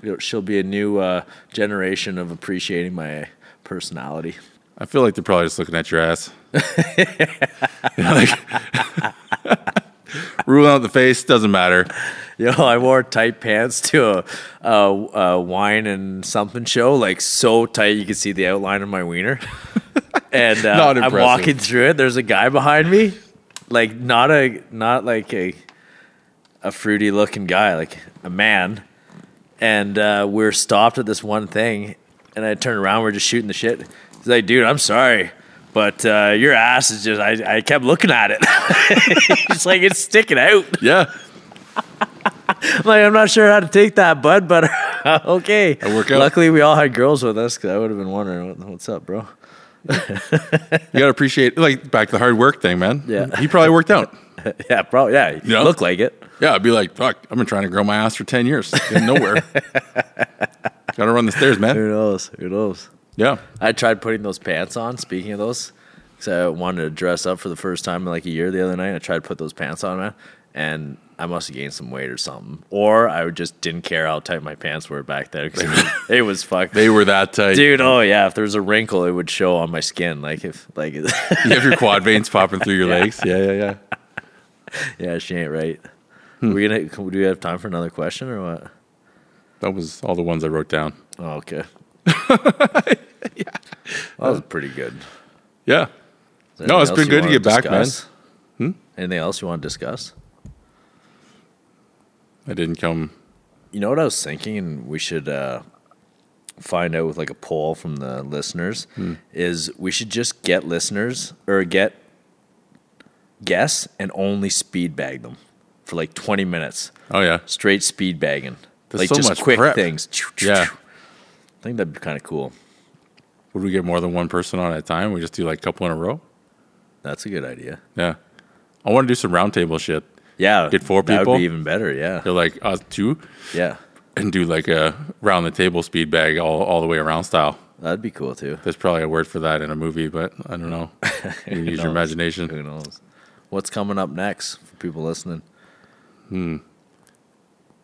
Speaker 2: You know, She'll be a new uh, generation of appreciating my personality.
Speaker 1: I feel like they're probably just looking at your ass. (laughs) You know, like- (laughs) ruling out the face doesn't matter.
Speaker 2: (laughs) Yo, I wore tight pants to a, a, a wine and something show, like so tight you could see the outline of my
Speaker 1: (laughs)
Speaker 2: wiener. And uh,
Speaker 1: Not
Speaker 2: I'm
Speaker 1: impressive.
Speaker 2: walking through it. There's a guy behind me, like not a not like a a fruity looking guy, like a man. And uh, we're stopped at this one thing, and I turn around. We're just shooting the shit. He's like, "Dude, I'm sorry." But uh, your ass is just, I, I kept looking at it. (laughs) it's like it's sticking out.
Speaker 1: Yeah,
Speaker 2: Like, I'm not sure how to take that, bud, but (laughs) okay.
Speaker 1: I work out.
Speaker 2: Luckily, we all had girls with us because I would have been wondering what, what's up, bro. (laughs)
Speaker 1: you got to appreciate like back to the hard work thing, man.
Speaker 2: Yeah.
Speaker 1: he probably worked out.
Speaker 2: Yeah, probably. Yeah, you
Speaker 1: Yeah.
Speaker 2: look like it.
Speaker 1: Yeah, I'd be like, fuck, I've been trying to grow my ass for 10 years. Getting
Speaker 2: (laughs)
Speaker 1: nowhere. Got to run the stairs, man.
Speaker 2: Who knows? Who knows?
Speaker 1: Yeah.
Speaker 2: I tried putting those pants on. Speaking of those, because I wanted to dress up for the first time in like a year the other night. I tried to put those pants on, man, and I must have gained some weight or something, or I just didn't care how tight my pants were back then. 'cause it was- (laughs) it was fucked.
Speaker 1: They were that uh, tight.
Speaker 2: Dude, oh yeah, if there was a wrinkle, it would show on my skin. Like if, like, (laughs)
Speaker 1: You have your quad veins popping through your legs. Yeah, yeah, yeah.
Speaker 2: Yeah, she ain't right.
Speaker 1: Hmm.
Speaker 2: We gonna can- do we have time for another question or what?
Speaker 1: That was all the ones I wrote down.
Speaker 2: Oh, okay.
Speaker 1: (laughs)
Speaker 2: That was pretty good.
Speaker 1: Yeah.
Speaker 2: Is there
Speaker 1: No,
Speaker 2: anything
Speaker 1: it's
Speaker 2: else
Speaker 1: been
Speaker 2: you
Speaker 1: good to
Speaker 2: wanna
Speaker 1: get back, man. Hmm?
Speaker 2: discuss? Anything else you want to discuss?
Speaker 1: I didn't come.
Speaker 2: You know what I was thinking, and we should uh, find out with like a poll from the listeners
Speaker 1: Hmm.
Speaker 2: is we should just get listeners or get guests and only speed bag them for like 20 minutes,
Speaker 1: Oh
Speaker 2: (laughs)
Speaker 1: yeah.
Speaker 2: straight speed bagging.
Speaker 1: There's
Speaker 2: like
Speaker 1: so
Speaker 2: just
Speaker 1: much
Speaker 2: quick
Speaker 1: prep.
Speaker 2: things.
Speaker 1: Yeah.
Speaker 2: I think that'd be kind of cool.
Speaker 1: Would we get more than one person on at a time? We just do like a couple in a row.
Speaker 2: That's a good idea.
Speaker 1: Yeah. I want to do some roundtable shit.
Speaker 2: Yeah.
Speaker 1: Get four
Speaker 2: That would
Speaker 1: people?
Speaker 2: be even better. Yeah.
Speaker 1: They're like us two
Speaker 2: Yeah.
Speaker 1: and do like a round the table speed bag all, all the way around style.
Speaker 2: That'd be cool too.
Speaker 1: There's probably a word for that in a movie, but I don't
Speaker 2: (laughs)
Speaker 1: know. You can use your
Speaker 2: knows?
Speaker 1: imagination.
Speaker 2: Who knows? What's coming up next for people listening?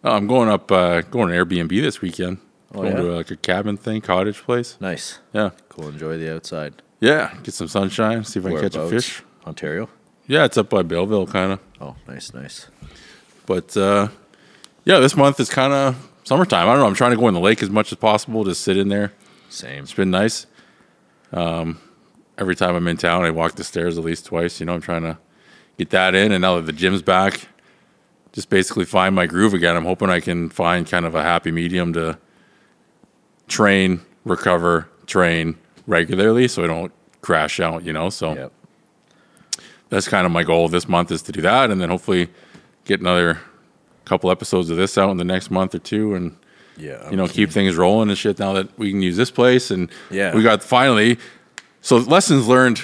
Speaker 1: Oh, I'm going up, uh, going to Airbnb this weekend.
Speaker 2: Oh,
Speaker 1: going
Speaker 2: yeah?
Speaker 1: to like a cabin thing, cottage place.
Speaker 2: Nice.
Speaker 1: Yeah.
Speaker 2: Cool. Enjoy the outside.
Speaker 1: Yeah. Get some sunshine, see if I can catch a
Speaker 2: Whereabouts?
Speaker 1: fish.
Speaker 2: Ontario.
Speaker 1: Yeah. It's up by Belleville, kind of.
Speaker 2: Oh, nice, nice.
Speaker 1: But uh, yeah, this month is kind of summertime. I don't know. I'm trying to go in the lake as much as possible, just sit in there.
Speaker 2: Same.
Speaker 1: It's been nice. Um, every time I'm in town, I walk the stairs at least twice. You know, I'm trying to get that in. And now that the gym's back, just basically find my groove again. I'm hoping I can find kind of a happy medium to train, recover, train regularly so I don't crash out, you know? So
Speaker 2: Yep.
Speaker 1: that's kind of my goal this month is to do that and then hopefully get another couple episodes of this out in the next month or two and
Speaker 2: Yeah.
Speaker 1: you know keep things rolling and shit now that we can use this place and
Speaker 2: Yeah.
Speaker 1: we got finally so lessons learned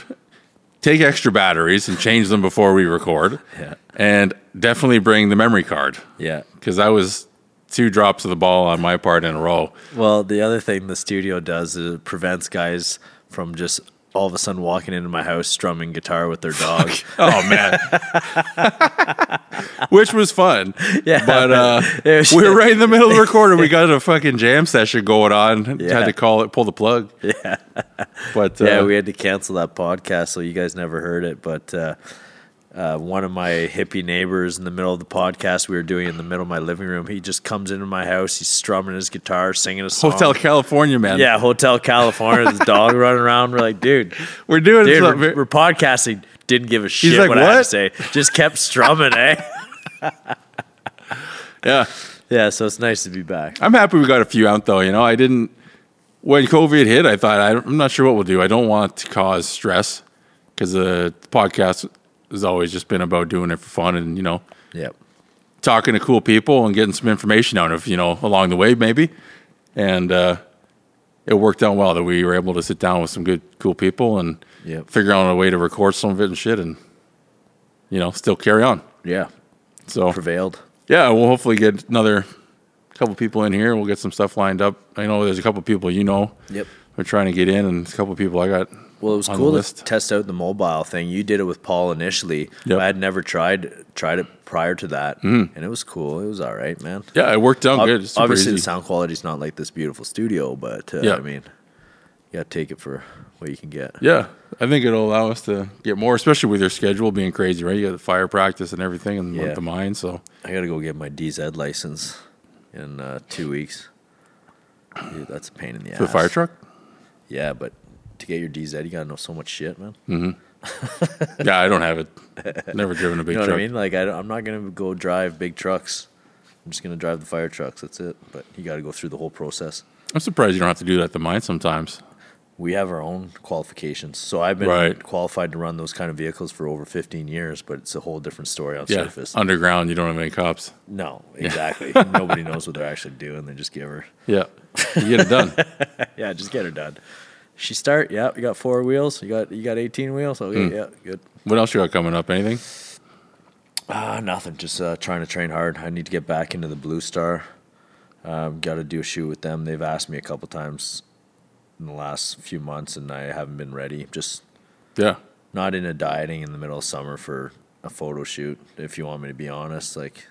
Speaker 1: take extra batteries and change them before we record
Speaker 2: Yeah.
Speaker 1: and definitely bring the memory card
Speaker 2: Yeah.
Speaker 1: because that was two drops of the ball on my part in a row
Speaker 2: Well, the other thing the studio does is it prevents guys from just all of a sudden walking into my house strumming guitar with their
Speaker 1: (laughs)
Speaker 2: dog.
Speaker 1: oh man which was fun
Speaker 2: yeah.
Speaker 1: but uh,
Speaker 2: (laughs) It was-
Speaker 1: we were right in the middle of recording.
Speaker 2: (laughs)
Speaker 1: We got a fucking jam session going on.
Speaker 2: Yeah.
Speaker 1: Had to call it, pull the plug. Yeah, but uh,
Speaker 2: yeah, we had to cancel that podcast, so you guys never heard it. But uh, uh, one of my hippie neighbors in the middle of the podcast we were doing in the middle of my living room, he just comes into my house. He's strumming his guitar, singing a song.
Speaker 1: Hotel California, man.
Speaker 2: Yeah, Hotel California. This (laughs) dog running around. We're like, dude,
Speaker 1: we're doing
Speaker 2: dude,
Speaker 1: something.
Speaker 2: we're, we're podcasting. Didn't give a shit
Speaker 1: like,
Speaker 2: what, I had to
Speaker 1: "What?"
Speaker 2: say. Just kept strumming, eh?
Speaker 1: yeah,
Speaker 2: (laughs) Yeah, so it's nice to be back.
Speaker 1: I'm happy we got a few out though. You know, I didn't when COVID hit. I thought I, I'm not sure what we'll do. I don't want to cause stress because the podcast has always just been about doing it for fun and you know
Speaker 2: Yep.
Speaker 1: talking to cool people and getting some information out of you know along the way maybe and uh, it worked out well that we were able to sit down with some good cool people and
Speaker 2: Yep.
Speaker 1: figure out a way to record some of it and shit and you know still carry on
Speaker 2: Yeah.
Speaker 1: so
Speaker 2: Prevailed.
Speaker 1: yeah we'll hopefully get another couple people in here we'll get some stuff lined up i know there's a couple people you know
Speaker 2: Yep.
Speaker 1: we're trying to get in and a couple people i got
Speaker 2: Well, it was
Speaker 1: on the
Speaker 2: cool to
Speaker 1: list.
Speaker 2: test out the mobile thing. You did it with Paul initially.
Speaker 1: Yep. Mm.
Speaker 2: I had never tried tried it prior to that, and it was cool. It was all right, man.
Speaker 1: yeah it worked out
Speaker 2: Ob-
Speaker 1: good It's super
Speaker 2: Obviously, the
Speaker 1: easy.
Speaker 2: sound quality's not like this beautiful studio, but uh,
Speaker 1: Yeah.
Speaker 2: I mean, you got to take it for what you can get.
Speaker 1: Yeah, I think it'll allow us to get more, especially with your schedule being crazy, right? You got the fire practice and everything, and
Speaker 2: Yeah.
Speaker 1: the the mine. So
Speaker 2: I got to go get my DZ license in uh, two weeks. Dude, that's a pain in the ass.
Speaker 1: the fire truck.
Speaker 2: Yeah, but to get your DZ, you got to know so much shit, man.
Speaker 1: (laughs) yeah, I don't have it. Never driven a big
Speaker 2: You know
Speaker 1: truck.
Speaker 2: what I mean? Like I am not gonna go drive big trucks. I'm just gonna drive the fire trucks. That's it. But you got to go through the whole process.
Speaker 1: I'm surprised you don't have to do that at the mine sometimes.
Speaker 2: We have our own qualifications, so I've been
Speaker 1: Right.
Speaker 2: qualified to run those kind of vehicles for over 15 years. But it's a whole different story on
Speaker 1: Yeah, Uh,
Speaker 2: surface.
Speaker 1: underground, you don't have any cops.
Speaker 2: no, exactly. (laughs) Nobody knows what they're actually doing. They just give her.
Speaker 1: Yeah, you get it
Speaker 2: (laughs)
Speaker 1: done.
Speaker 2: Yeah, just get her done. She start. Yeah, you got four wheels. You got you got 18 wheels. Okay,
Speaker 1: Hmm.
Speaker 2: yeah, good.
Speaker 1: what else you got coming up? Anything?
Speaker 2: Ah, nothing. Just uh, trying to train hard. I need to get back into the Blue Star. Um, Got to do a shoot with them. They've asked me a couple times in the last few months, and I haven't been ready. Just
Speaker 1: Yeah,
Speaker 2: not into dieting in the middle of summer for a photo shoot. If you want me to be honest, like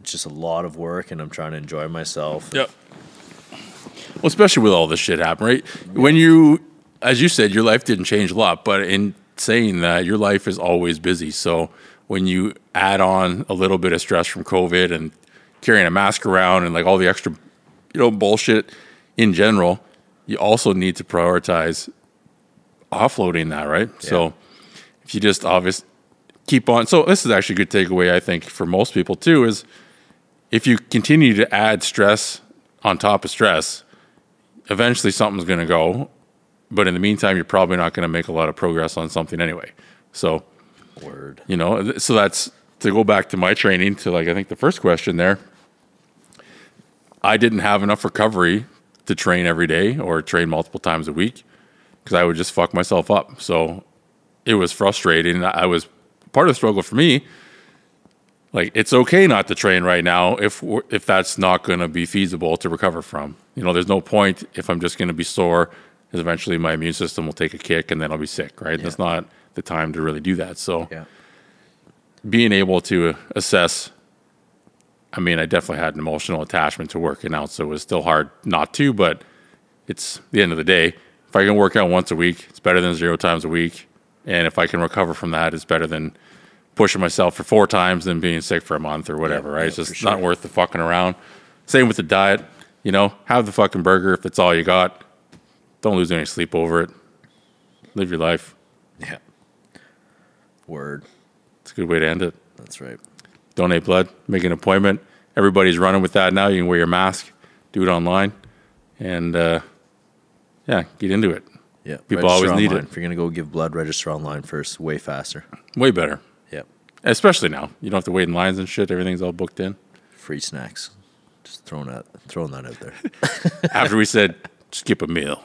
Speaker 2: it's just a lot of work, and I'm trying to enjoy myself.
Speaker 1: yeah. Well, especially with all this shit happen, right? When you, as you said, your life didn't change a lot, but in saying that, your life is always busy. So when you add on a little bit of stress from COVID and carrying a mask around and like all the extra, you know, bullshit in general, you also need to prioritize offloading that, right? So if you just obvious keep on, so this is actually a good takeaway, I think, for most people too, is if you continue to add stress on top of stress, eventually something's going to go. But in the meantime, you're probably not going to make a lot of progress on something anyway. So,
Speaker 2: Word.
Speaker 1: you know, th- so that's to go back to my training to like I think the first question there, I didn't have enough recovery to train every day or train multiple times a week because I would just fuck myself up. So it was frustrating. I was part of the struggle for me. Like it's okay not to train right now if we're- if that's not going to be feasible to recover from. You know, there's no point if I'm just going to be sore. Because eventually my immune system will take a kick and then I'll be sick. Right? That's not the time to really do that. So
Speaker 2: Yeah.
Speaker 1: being able to assess i mean i definitely had an emotional attachment to working out so it was still hard not to but it's the end of the day if i can work out once a week it's better than zero times a week and if i can recover from that it's better than pushing myself for four times than being sick for a month or whatever
Speaker 2: Yeah,
Speaker 1: right
Speaker 2: yeah,
Speaker 1: it's just
Speaker 2: for sure.
Speaker 1: not worth the fucking around same with the diet you know have the fucking burger if it's all you got don't lose any sleep over it live your life
Speaker 2: Yeah. Word.
Speaker 1: it's a good way to end it
Speaker 2: That's right.
Speaker 1: donate blood, make an appointment. Everybody's running with that now. You can wear your mask, do it online, and uh, yeah, get into it.
Speaker 2: Yeah.
Speaker 1: People always need
Speaker 2: online.
Speaker 1: it.
Speaker 2: If you're gonna go give blood, register online first. Way faster.
Speaker 1: Way better,
Speaker 2: Yep.
Speaker 1: especially now. You don't have to wait in lines and shit. Everything's all booked
Speaker 2: (laughs)
Speaker 1: in.
Speaker 2: Free snacks. Just throwing that throwing that out there. (laughs)
Speaker 1: After we said skip a meal,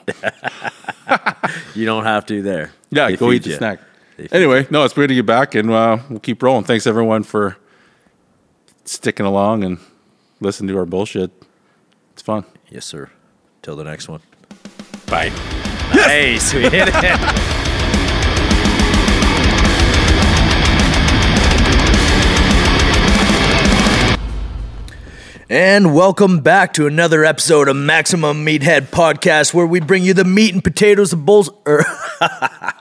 Speaker 2: you don't have to there.
Speaker 1: yeah,
Speaker 2: They
Speaker 1: go
Speaker 2: feed
Speaker 1: eat the
Speaker 2: ya.
Speaker 1: snack.
Speaker 2: They feed
Speaker 1: Anyway, no, it's good to get back, and uh, we'll keep rolling. Thanks everyone for sticking along and listening to our bullshit. It's fun.
Speaker 2: Yes, sir. Till the next one.
Speaker 1: Bye.
Speaker 2: Nice. We hit it. And welcome back to another episode of Maximum Meathead Podcast, where we bring you the meat and potatoes of bulls. er,